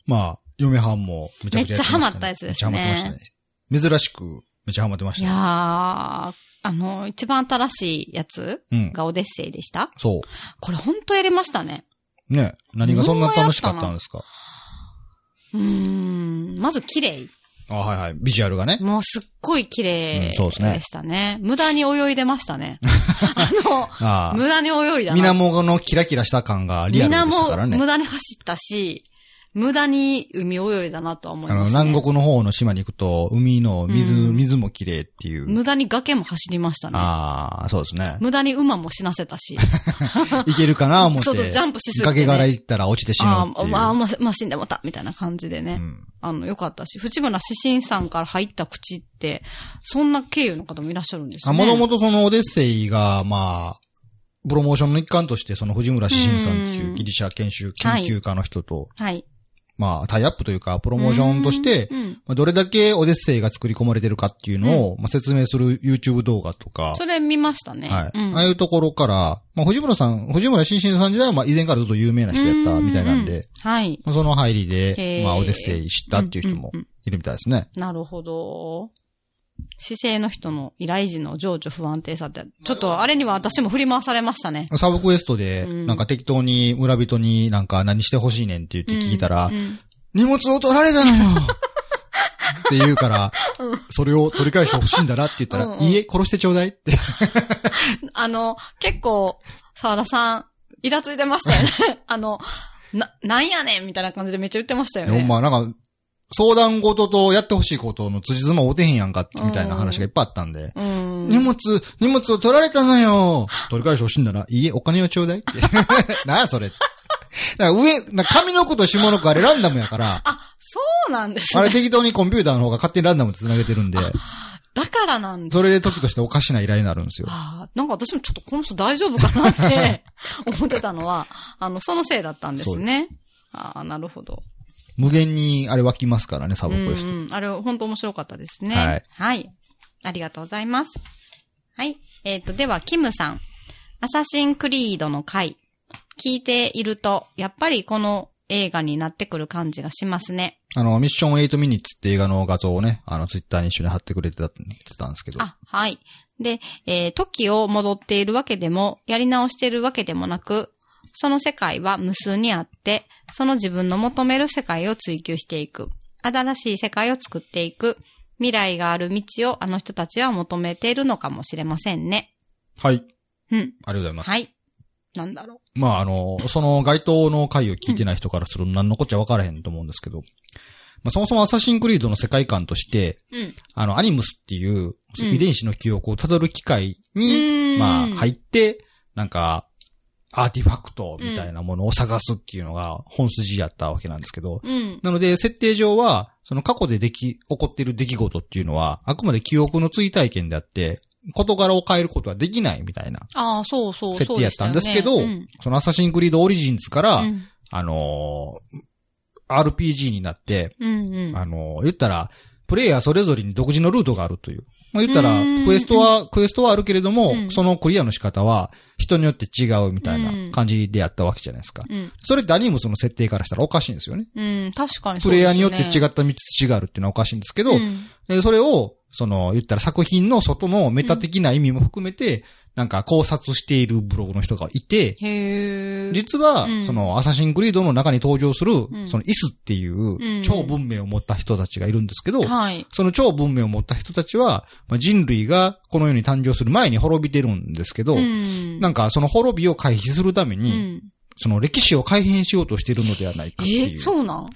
[SPEAKER 1] まあ、嫁はんもめちゃくちゃやってましたね、
[SPEAKER 2] めっちゃハマったやつですね
[SPEAKER 1] めっちゃハマってましたね。珍しく、めちゃハマってまし
[SPEAKER 2] い
[SPEAKER 1] た
[SPEAKER 2] やー、
[SPEAKER 1] ね。
[SPEAKER 2] あの、一番新しいやつ
[SPEAKER 1] うん。
[SPEAKER 2] がオデッセイでした。
[SPEAKER 1] そ
[SPEAKER 2] これ本当やりましたね。
[SPEAKER 1] う。ね。何がそんな楽しかったんですか
[SPEAKER 2] うーんまず綺麗。
[SPEAKER 1] あ、はいはい。ビジュアルがね。
[SPEAKER 2] もうすっごい綺麗
[SPEAKER 1] うん
[SPEAKER 2] で
[SPEAKER 1] そうですね
[SPEAKER 2] したね。無駄に泳いでました ね。あ
[SPEAKER 1] あ
[SPEAKER 2] の、無駄に泳いだ
[SPEAKER 1] あ。
[SPEAKER 2] な。
[SPEAKER 1] 水面のキラキラした感がリアルで
[SPEAKER 2] 水
[SPEAKER 1] す
[SPEAKER 2] 面
[SPEAKER 1] から
[SPEAKER 2] 無
[SPEAKER 1] ね。
[SPEAKER 2] 駄に走ったし、無駄に海泳いだなとは思い
[SPEAKER 1] あ
[SPEAKER 2] ま
[SPEAKER 1] の、
[SPEAKER 2] す、ね。
[SPEAKER 1] 南国の方の島に行くと、海の水、
[SPEAKER 2] うん
[SPEAKER 1] 水も綺麗っていう。
[SPEAKER 2] 無駄に崖も走りましたね。
[SPEAKER 1] ああ、そうですね。
[SPEAKER 2] 無駄に馬も死なせたし。
[SPEAKER 1] いけるかな思って。
[SPEAKER 2] そうそう、ジャンプしすぎて、ね。
[SPEAKER 1] 崖から行ったら落ちて死ぬ
[SPEAKER 2] あ
[SPEAKER 1] って
[SPEAKER 2] あ、
[SPEAKER 1] いう。
[SPEAKER 2] まあ、まあ、まあ、死んでもた、みたいな感じで
[SPEAKER 1] う
[SPEAKER 2] ね。
[SPEAKER 1] ん
[SPEAKER 2] あの、よかったし。藤村獅子さんから入った口って、そんな経由の方もいらっしゃるんです
[SPEAKER 1] あ、
[SPEAKER 2] ね。
[SPEAKER 1] もともとそのオデッセイが、まあ、プロモーションの一環として、その藤村志信さんっていうギリシャ研修、
[SPEAKER 2] は
[SPEAKER 1] 研
[SPEAKER 2] い
[SPEAKER 1] 究家の人と、
[SPEAKER 2] はい。
[SPEAKER 1] まあ、タイアップというか、プロモーションとして、
[SPEAKER 2] うんうん
[SPEAKER 1] まあどれだけオデッセイが作り込まれてるかっていうのを、まあ、説明する YouTube 動画とか、
[SPEAKER 2] それ見ましたね。
[SPEAKER 1] はい、
[SPEAKER 2] うん
[SPEAKER 1] ああいうところから、まあ、藤村さん、藤村新進さん時代は、まあ、以前からずっと有名な人やったみたいなんで、
[SPEAKER 2] うううはい。
[SPEAKER 1] まあその入り
[SPEAKER 2] へ
[SPEAKER 1] で
[SPEAKER 2] ー、
[SPEAKER 1] まあ、オデッセイ知ったっていう人も
[SPEAKER 2] んんん
[SPEAKER 1] いるみたいですね。
[SPEAKER 2] なるほど。姿勢の人の依頼時の情緒不安定さって、ちょっとあれには私も振り回されましたね。
[SPEAKER 1] サブクエストで、
[SPEAKER 2] うん
[SPEAKER 1] なんか適当に村人になんか何してほしいねんって言って聞いたら
[SPEAKER 2] うん、うん
[SPEAKER 1] 荷物を取られたのよって言うから、それを取り返してほしいんだなって言ったら、
[SPEAKER 2] うんうん
[SPEAKER 1] いいえ、殺してちょうだいって。
[SPEAKER 2] あの、結構、沢田さん、イラついて ましたよね。あの、な、なんやねんみたいな感じでめっちゃ言ってましたよ
[SPEAKER 1] ほ
[SPEAKER 2] ね。
[SPEAKER 1] んま、なんか、相談事とやってほしいことの辻褄合うてへんやんかって、みたいな話がいっぱいあったんで、
[SPEAKER 2] うん。
[SPEAKER 1] 荷物、荷物を取られたのよ取り返してほしいんだな。いいえ、お金をちょうだいって。 なあ、それ。だから上、な上の句と下の句あれランダムやから、
[SPEAKER 2] あ、そうなんです
[SPEAKER 1] あれ
[SPEAKER 2] ね。
[SPEAKER 1] 適当にコンピューターの方が勝手にランダムで繋げてるんで、
[SPEAKER 2] だからなんだ。
[SPEAKER 1] それで時としておかしな依頼になるんですよ。
[SPEAKER 2] ああ、なんか私もちょっとこの人大丈夫かなって 思ってたのは、あの、そのせいだったんですね。ああ、なるほど。
[SPEAKER 1] 無限にあれ湧きますからね、サ
[SPEAKER 2] うん
[SPEAKER 1] ブクエスト。
[SPEAKER 2] うん、あれ、本当面白かったですね。
[SPEAKER 1] はい。
[SPEAKER 2] ありがとうございます。はい。えっ、と、では、キムさん。アサシンクリードの回。聞いていると、やっぱりこの映画になってくる感じがしますね。
[SPEAKER 1] あの、ミッション8ミニッツって映画の画像をね、あの、ツイッターに一緒に貼ってくれてたって言ってたんですけど。
[SPEAKER 2] あ、はい。で、えー時を戻っているわけでも、やり直しているわけでもなく、その世界は無数にあって、その自分の求める世界を追求していく。新しい世界を作っていく。未来がある道をあの人たちは求めているのかもしれませんね。
[SPEAKER 1] はい。
[SPEAKER 2] うん。
[SPEAKER 1] ありがとうございます。
[SPEAKER 2] はい。なんだろ
[SPEAKER 1] まあ、あの、その該当の回を聞いてない人からすると何のこっちゃ分からへんと思うんですけど。まあ、そもそもアサシンクリードの世界観として、
[SPEAKER 2] う。うん。
[SPEAKER 1] あの、アニムスっていう
[SPEAKER 2] うん
[SPEAKER 1] 遺伝子の記憶を辿る機会に、
[SPEAKER 2] うん
[SPEAKER 1] まあ、入って、なんか、アーティファクトみたいなものを探すっていうのが本筋やったわけなんですけど、
[SPEAKER 2] うん。
[SPEAKER 1] なので、設定上は、その過去ででき、起こっている出来事っていうのは、あくまで記憶の追体験であって、事柄を変えることはできないみたいな
[SPEAKER 2] ああ、そうそう、
[SPEAKER 1] 設
[SPEAKER 2] そう
[SPEAKER 1] 定やったんですけど、
[SPEAKER 2] し
[SPEAKER 1] そ,、
[SPEAKER 2] たよね
[SPEAKER 1] のアサシンクリードオリジンズから、
[SPEAKER 2] うん。うん
[SPEAKER 1] あのー RPG になって、
[SPEAKER 2] うんうん。
[SPEAKER 1] あのー言ったら、プレイヤーそれぞれに独自のルートがあるという。まあ、言ったら
[SPEAKER 2] うーん、
[SPEAKER 1] クエストは、クエストはあるけれども、
[SPEAKER 2] うん
[SPEAKER 1] そのクリアの仕方は人によって違うみたい
[SPEAKER 2] うん
[SPEAKER 1] な感じでやったわけじゃないですか。
[SPEAKER 2] うん。
[SPEAKER 1] それってアニムスの設定からしたらおかしいんですよね。
[SPEAKER 2] うん。確かに
[SPEAKER 1] プ
[SPEAKER 2] そうですね
[SPEAKER 1] レイヤーによって違った道筋があるっていうのはおかしいんですけど、
[SPEAKER 2] うん
[SPEAKER 1] でそれを、その、言ったら作品の外のメタ的な意味も含めて、なんか考察しているブログの人がいて、
[SPEAKER 2] へえ。
[SPEAKER 1] 実は
[SPEAKER 2] うん、
[SPEAKER 1] その、アサシンクリードの中に登場する
[SPEAKER 2] ん、
[SPEAKER 1] その、イスってい
[SPEAKER 2] ん
[SPEAKER 1] う、超文明を持った人たちがいるんですけど、
[SPEAKER 2] はい。
[SPEAKER 1] その超文明を持った人たちは、まあ人類がこの世に誕生する前に滅びてるんですけど、
[SPEAKER 2] ん
[SPEAKER 1] なんかその滅びを回避するため
[SPEAKER 2] う
[SPEAKER 1] に、
[SPEAKER 2] ん。
[SPEAKER 1] その歴史を改変しようとしているのではないかってい
[SPEAKER 2] え、
[SPEAKER 1] う。
[SPEAKER 2] そうなん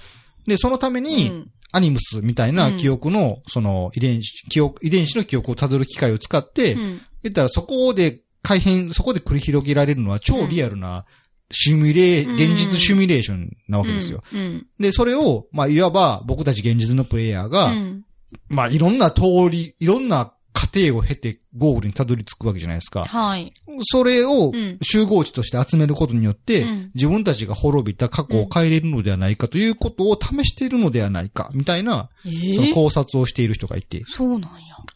[SPEAKER 1] で、そのため
[SPEAKER 2] う
[SPEAKER 1] に、
[SPEAKER 2] ん。
[SPEAKER 1] アニムスみたいな記憶の、その遺伝子、記憶、遺伝子の記憶をたどる機械を使って、
[SPEAKER 2] うん
[SPEAKER 1] 言ったらそこで改変、そこで繰り広げられるのは超リアルなシミュレー、
[SPEAKER 2] うん
[SPEAKER 1] 現実シミュレーションなわけですよ。。
[SPEAKER 2] うん。
[SPEAKER 1] で、それを、まあ、いわば僕たち現実のプレイヤー
[SPEAKER 2] う
[SPEAKER 1] が、
[SPEAKER 2] ん。
[SPEAKER 1] まあ、いろんな通り、いろんな過程を経てゴールにたどり着くわけじゃないですか。
[SPEAKER 2] はい。
[SPEAKER 1] それを
[SPEAKER 2] うん
[SPEAKER 1] 集合値として集めることによって、
[SPEAKER 2] うん
[SPEAKER 1] 自分たちが滅びた過去を変えれるのではないかということを試しているのではないか、みたいな、
[SPEAKER 2] え
[SPEAKER 1] その
[SPEAKER 2] ー
[SPEAKER 1] 考察をしている人がいて、
[SPEAKER 2] そうなんや。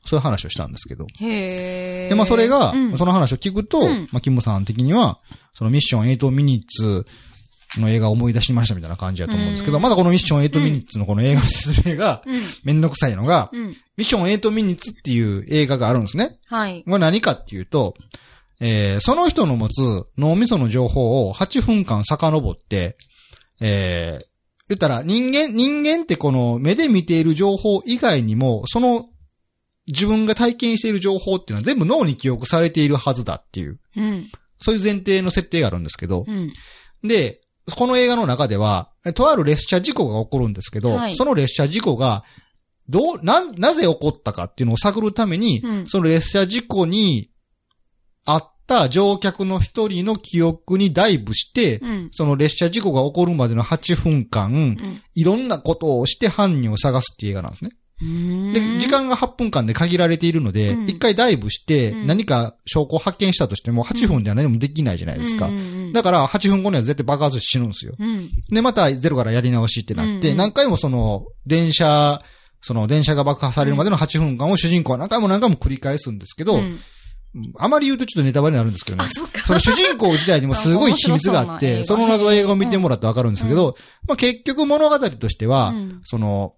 [SPEAKER 1] そういう話をしたんですけど。
[SPEAKER 2] へえ。
[SPEAKER 1] で、まあそれが、
[SPEAKER 2] うん
[SPEAKER 1] その話を聞くと、
[SPEAKER 2] うん
[SPEAKER 1] まあキムさん的には、そのミッション8ミニッツの映画を思い出しましたみたいな感じだと思うんですけど、
[SPEAKER 2] うん
[SPEAKER 1] まだこのミッション8ミニッツのこの映画の説明が
[SPEAKER 2] うん。
[SPEAKER 1] めんどくさいのが、
[SPEAKER 2] うん。
[SPEAKER 1] ミッション8ミニッツっていう映画があるんですね。
[SPEAKER 2] はい。
[SPEAKER 1] これ何かっていうと、えー、その人の持つ脳みその情報を8分間遡って、えー、言ったら人間、人間ってこの目で見ている情報以外にも、その自分が体験している情報っていうのは全部脳に記憶されているはずだっていう、
[SPEAKER 2] うん。
[SPEAKER 1] そういう前提の設定があるんですけど、
[SPEAKER 2] うん。
[SPEAKER 1] で、この映画の中では、とある列車事故が起こるんですけど、
[SPEAKER 2] はい
[SPEAKER 1] その列車事故が、どう、な、なぜ起こったかっていうのを探るために、
[SPEAKER 2] うん
[SPEAKER 1] その列車事故にあった乗客の一人の記憶にダイブして、
[SPEAKER 2] うん。
[SPEAKER 1] その列車事故が起こるまでの8分間、
[SPEAKER 2] うん
[SPEAKER 1] いろんなことをして犯人を探すっていう映画なんですね。
[SPEAKER 2] うーん。
[SPEAKER 1] で、時間が8分間で限られているので、
[SPEAKER 2] うん
[SPEAKER 1] 一回ダイブして
[SPEAKER 2] うん
[SPEAKER 1] 何か証拠を発見したとしても8分では何もできないじゃないですか
[SPEAKER 2] うん。うんうん
[SPEAKER 1] だから8分後には絶対爆発して死ぬんですよ。
[SPEAKER 2] うん。
[SPEAKER 1] で、またゼロからやり直しってなっ
[SPEAKER 2] うん
[SPEAKER 1] て、
[SPEAKER 2] うん
[SPEAKER 1] 何回もその、電車、その電車が爆破されるまでの8分間を主人公は何回も何回も繰り返すんですけど、
[SPEAKER 2] うん
[SPEAKER 1] あまり言うとちょっとネタバレになるんですけどね
[SPEAKER 2] あ、。そっか。
[SPEAKER 1] その主人公自体にもすごい秘密があっ
[SPEAKER 2] 面白
[SPEAKER 1] て、
[SPEAKER 2] そ
[SPEAKER 1] そう
[SPEAKER 2] な映
[SPEAKER 1] の
[SPEAKER 2] 画
[SPEAKER 1] 謎は映画を見てもらってわかるんですけど、まあ結局物語としては、
[SPEAKER 2] うん
[SPEAKER 1] その、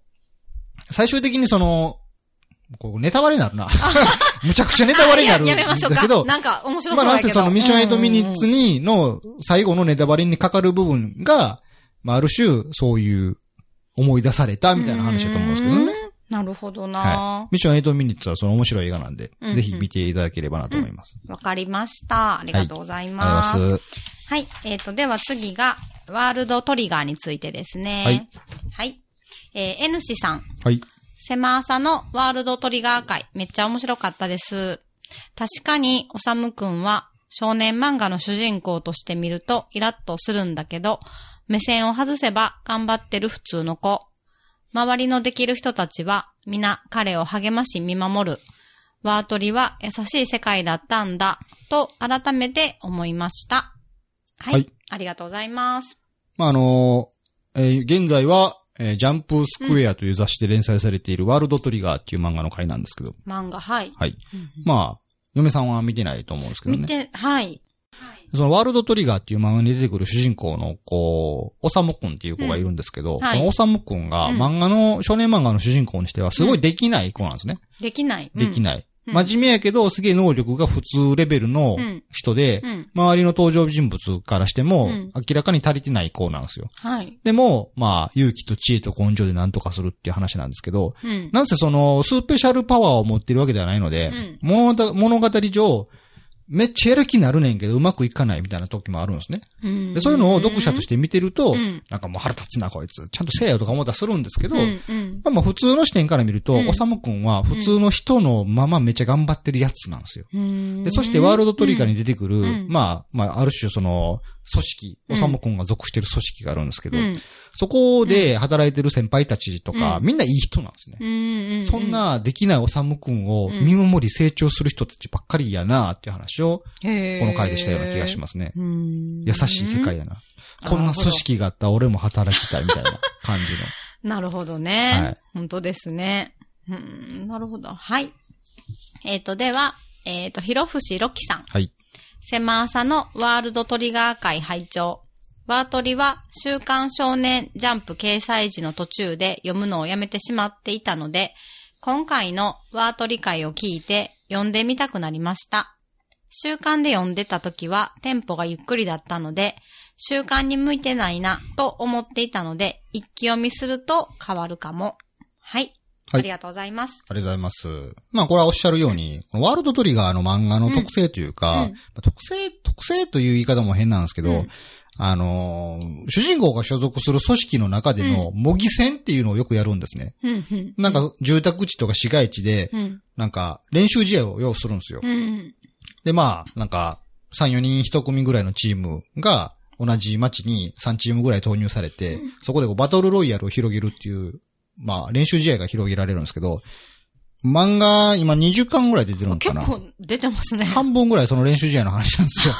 [SPEAKER 1] 最終的にその、こうネタバレにな るな。むちゃくちゃネタバレになるん
[SPEAKER 2] あ
[SPEAKER 1] だ
[SPEAKER 2] ややめましょう
[SPEAKER 1] けど
[SPEAKER 2] か。、なんか面白
[SPEAKER 1] ま
[SPEAKER 2] そ
[SPEAKER 1] あ
[SPEAKER 2] う
[SPEAKER 1] な
[SPEAKER 2] だ
[SPEAKER 1] ん
[SPEAKER 2] けど。
[SPEAKER 1] せそのミッション8ミニッツ
[SPEAKER 2] に。
[SPEAKER 1] にの最後のネタバレにかかる部分が、まあある種そういう思い出されたみたいな話だと思うんですけどね。
[SPEAKER 2] うん。なるほどな
[SPEAKER 1] は。い。ミッション8ミニッツはその面白い映画なんで、
[SPEAKER 2] うんうん
[SPEAKER 1] ぜひ見ていただければなと思います。
[SPEAKER 2] わかりました。ありがとうござい
[SPEAKER 1] あ
[SPEAKER 2] ます。
[SPEAKER 1] りがと
[SPEAKER 2] はい。
[SPEAKER 1] うござい
[SPEAKER 2] えっ、と、では次が、ワールドトリガーについてですね。
[SPEAKER 1] はい。
[SPEAKER 2] はい。えー、N 氏さん。
[SPEAKER 1] ます。はい。
[SPEAKER 2] 狭さのワールドトリガー会、めっちゃ面白かったです。確かに、おさむくんは、少年漫画の主人公として見ると、イラッとするんだけど、目線を外せば、頑張ってる普通の子。周りのできる人たちは、皆彼を励まし見守る。ワートリは優しい世界だったんだ、と改めて思いました。はい。
[SPEAKER 1] はい
[SPEAKER 2] ありがとうございます。
[SPEAKER 1] まあ、あのーえー現在は、えージャンプスクエアという雑誌で連載されているワールドトリガーっていう漫画の回なんですけど、
[SPEAKER 2] 漫画、はい。
[SPEAKER 1] はい。
[SPEAKER 2] うん
[SPEAKER 1] まあ、嫁さんは見てないと思うんですけど
[SPEAKER 2] 見
[SPEAKER 1] ね。
[SPEAKER 2] て、はい。
[SPEAKER 1] そのワールドトリガーっていう漫画に出てくる主人公の子、おさむくんっていう子がいるんですけど、
[SPEAKER 2] んはい
[SPEAKER 1] このおさむくんが
[SPEAKER 2] うん
[SPEAKER 1] 漫画の、少年漫画の主人公にしてはすご
[SPEAKER 2] う
[SPEAKER 1] いできない子なんですね。
[SPEAKER 2] できない。
[SPEAKER 1] でき
[SPEAKER 2] ない。
[SPEAKER 1] ない。
[SPEAKER 2] うん
[SPEAKER 1] 真面目やけど、すげえ能力が普通レベルの
[SPEAKER 2] うん
[SPEAKER 1] 人で、
[SPEAKER 2] うん。
[SPEAKER 1] 周りの登場人物からしても、
[SPEAKER 2] うん
[SPEAKER 1] 明らかに足りてない子なんですよ。
[SPEAKER 2] はい。
[SPEAKER 1] でも、まあ、勇気と知恵と根性で何とかするっていう話なんですけど、
[SPEAKER 2] うん。
[SPEAKER 1] なんせその、スーペシャルパワーを持ってるわけではないので、
[SPEAKER 2] うん
[SPEAKER 1] 物語物語上、めっちゃやる気になるねんけど、うまくいかないみたいな時もあるんですね。でそういうのを読者として見てると、
[SPEAKER 2] うん
[SPEAKER 1] なんかもう腹立つな、こいつ。ちゃんとせえよとか思ったりするんですけど、
[SPEAKER 2] うんうん
[SPEAKER 1] まあまあ普通の視点から見ると、
[SPEAKER 2] うん
[SPEAKER 1] おさむくんは普通の人のままめっちゃ頑張ってるやつなんですよ。
[SPEAKER 2] うん
[SPEAKER 1] でそしてワールドトリガーに出てくる、
[SPEAKER 2] うん
[SPEAKER 1] まあ、まあある種その、組織、
[SPEAKER 2] うん
[SPEAKER 1] おさむくんが属してる組織があるんですけど、
[SPEAKER 2] うん
[SPEAKER 1] そこで働いてる先輩たちとか、
[SPEAKER 2] う
[SPEAKER 1] みんないい人なんですね。
[SPEAKER 2] うんう
[SPEAKER 1] そん、なできないおさむくんを
[SPEAKER 2] うん
[SPEAKER 1] 見守り成長する人たちばっかりやなっていう話を、
[SPEAKER 2] こ
[SPEAKER 1] この回でしたような気がしますね。
[SPEAKER 2] うん
[SPEAKER 1] 優しい世界。やな。
[SPEAKER 2] うん
[SPEAKER 1] こんな組織 があったら俺も働きたいみたいな感じの。
[SPEAKER 2] なるほどね。
[SPEAKER 1] はい
[SPEAKER 2] 本当ですね。うーん、なるほど。はい。えっ、と、では、えっ、と、広伏ロキさん。
[SPEAKER 1] はい。
[SPEAKER 2] 狭朝のワールドトリガー会拝聴ワートリは週刊少年ジャンプ掲載時の途中で読むのをやめてしまっていたので、今回のワートリ会を聞いて読んでみたくなりました。週刊で読んでた時はテンポがゆっくりだったので、週刊に向いてないなと思っていたので、一気読みすると変わるかも。はい。
[SPEAKER 1] はい
[SPEAKER 2] ありがとうございます。
[SPEAKER 1] ありがとうございます。まあこれはおっしゃるように、このワールドトリガーの漫画の特性というか、
[SPEAKER 2] うんうん
[SPEAKER 1] まあ特性、特性という言い方も変なんですけど、
[SPEAKER 2] うん
[SPEAKER 1] あのー主人公が所属する組織の中での模擬戦っていうのをよくやるんですね。
[SPEAKER 2] うん、うん。
[SPEAKER 1] なん、か住宅地とか市街地で、
[SPEAKER 2] うん、
[SPEAKER 1] なんか練習試合を要するんですよ。
[SPEAKER 2] うん、
[SPEAKER 1] でまあ、なんか3、4人1組ぐらいのチームが、同じ町に3チームぐらい投入されて、そこでこうバトルロイヤルを広げるっていう、まあ練習試合が広げられるんですけど、漫画今20巻ぐらい出てるのか
[SPEAKER 2] 結
[SPEAKER 1] な
[SPEAKER 2] 構出てますね。
[SPEAKER 1] 半分ぐらいその練習試合の話なん ですよ。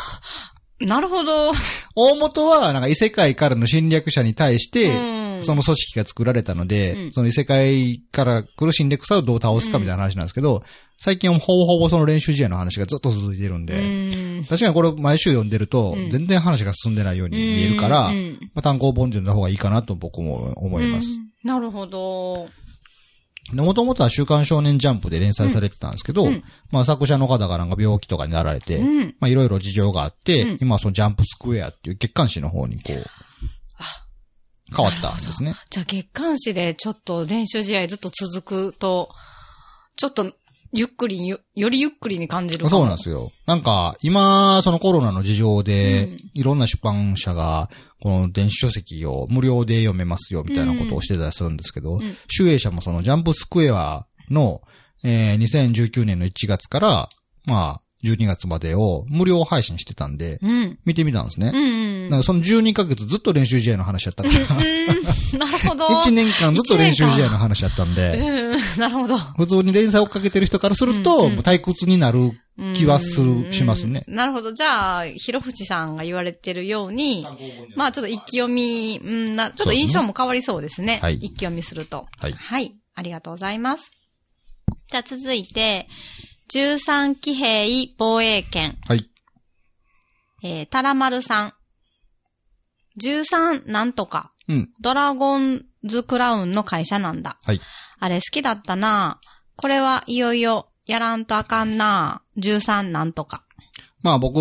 [SPEAKER 2] なるほど。
[SPEAKER 1] 大元はなんか異世界からの侵略者に対して、
[SPEAKER 2] うん
[SPEAKER 1] その組織が作られたので、
[SPEAKER 2] うん
[SPEAKER 1] その異世界から来る侵略者をどう倒すかみたいな話なんですけど、最近はほぼほぼその練習試合の話がずっと続いてるんで、
[SPEAKER 2] うん
[SPEAKER 1] 確かにこれ毎週読んでると
[SPEAKER 2] うん、
[SPEAKER 1] 全然話が進んでないように見えるから、
[SPEAKER 2] うん
[SPEAKER 1] まあ、単行本で読んだ方がいいかなと僕も思います。
[SPEAKER 2] うんなるほど。
[SPEAKER 1] で、もともとは週刊少年ジャンプで連載されてたんですけど、
[SPEAKER 2] うん
[SPEAKER 1] まあ作者の方がなんか病気とかになられて、
[SPEAKER 2] うん
[SPEAKER 1] まあいろいろ事情があって、
[SPEAKER 2] うん
[SPEAKER 1] 今はそのジャンプスクエアっていう月刊誌の方にこう、変わったんですね。
[SPEAKER 2] じゃあ月刊誌でちょっと練習試合ずっと続くと、ちょっとゆっくりによ、よりゆっくりに感じるかも。。
[SPEAKER 1] そうなんですすよ。なんか、今、そのコロナの事情で、
[SPEAKER 2] うん
[SPEAKER 1] いろんな出版社が、この電子書籍を無料で読めますよ、みたいなことをしてたりするんですけど、
[SPEAKER 2] ん
[SPEAKER 1] 集英社もそのジャンプスクエアの、えー2019年の1月から、まあ、12月までを無料配信してたんで、
[SPEAKER 2] うん。
[SPEAKER 1] 見てみたんです
[SPEAKER 2] う
[SPEAKER 1] ね。
[SPEAKER 2] ん。
[SPEAKER 1] なんかそ の12ヶ月ずっと練習試合の話やった から、
[SPEAKER 2] うんなるほど。
[SPEAKER 1] 1年間ずっと練習試合の話やったんで、
[SPEAKER 2] うん。 なるほど。
[SPEAKER 1] 普通に連載をかけてる人からすると、
[SPEAKER 2] うんうん
[SPEAKER 1] もう退屈になる
[SPEAKER 2] うん
[SPEAKER 1] 気はするしますね
[SPEAKER 2] うんなるほど。じゃあ、広淵さんが言われてるように、まあちょっと一気読み、うんな、ちょっと印象も変わりそうですね。
[SPEAKER 1] そうですねはい
[SPEAKER 2] 一気読みすると。
[SPEAKER 1] はい
[SPEAKER 2] ありがとうございます。じゃあ続いて、13騎兵防衛圏、
[SPEAKER 1] はい。
[SPEAKER 2] えー、たらまるさん。13なんとか、
[SPEAKER 1] うん。
[SPEAKER 2] ドラゴンズクラウンの会社なんだ。
[SPEAKER 1] はい。
[SPEAKER 2] あれ好きだったなぁこれはいよいよやらんとあかんなぁ13なんとか。
[SPEAKER 1] まあ僕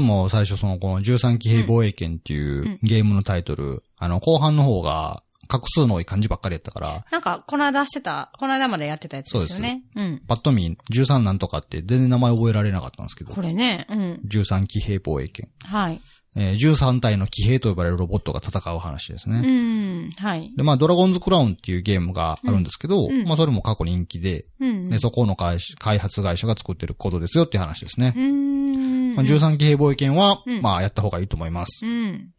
[SPEAKER 1] も最初そのこの13騎兵防衛圏っていうゲームのタイトル、あの後半の方が画数の多い漢字ばっかりやったから、
[SPEAKER 2] なんか、この間してた、この間までやってたやつですよね。うん。
[SPEAKER 1] パッと見13なんとかって全然名前覚えられなかったんですけど
[SPEAKER 2] こ、れね、うん。
[SPEAKER 1] 13騎兵防衛圏。
[SPEAKER 2] はい。
[SPEAKER 1] えー13体の騎兵と呼ばれるロボットが戦う話です
[SPEAKER 2] う
[SPEAKER 1] ね。
[SPEAKER 2] ん。はい。
[SPEAKER 1] で、まあ、ドラゴンズクラウンっていうゲームがあるんですけど、
[SPEAKER 2] うんうん
[SPEAKER 1] まあ、それも過去人気で、
[SPEAKER 2] うん。
[SPEAKER 1] で、そこの開始開発会社が作ってることですよっていう話ですね
[SPEAKER 2] う。ん。
[SPEAKER 1] まあ、13騎兵防衛圏は、
[SPEAKER 2] うん
[SPEAKER 1] まあ、やった方がいいと思います。
[SPEAKER 2] うん。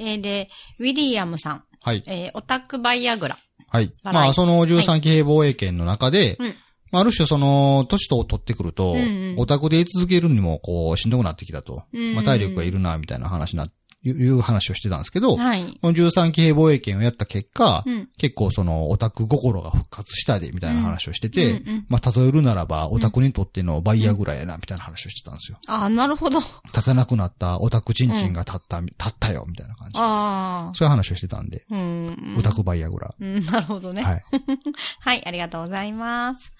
[SPEAKER 2] えーで、ウィリアムさん。
[SPEAKER 1] はい。
[SPEAKER 2] えーオタクバイアグラ。
[SPEAKER 1] はい。
[SPEAKER 2] バラエ
[SPEAKER 1] まあ、その13騎兵防衛圏の中で、
[SPEAKER 2] うん
[SPEAKER 1] まあ、ある種その、年を取ってくると、
[SPEAKER 2] うんうん
[SPEAKER 1] オタクで居続けるにも、こう、しんどくなってきたと。
[SPEAKER 2] うん
[SPEAKER 1] まあ、体力がいるな、みたいな話な、いういう話をしてたんですけど、
[SPEAKER 2] はい。
[SPEAKER 1] この13騎兵防衛圏をやった結果、
[SPEAKER 2] うん。
[SPEAKER 1] 結構その、オタク心が復活したで、みたいな話をしてて、
[SPEAKER 2] うんうん
[SPEAKER 1] まあ、例えるならば、オタクにとってのバイヤーぐらいやな、みたいな話をしてたんですよ。
[SPEAKER 2] あーなるほど。
[SPEAKER 1] 立たなくなったオタクチンチンが立った、立ったよ、みたいな感じ。
[SPEAKER 2] あ
[SPEAKER 1] そういう話をしてたんで、
[SPEAKER 2] あ。うん。
[SPEAKER 1] オタクバイヤーぐら
[SPEAKER 2] うん、なるほどね。
[SPEAKER 1] はい。
[SPEAKER 2] はい、ありがとうございます。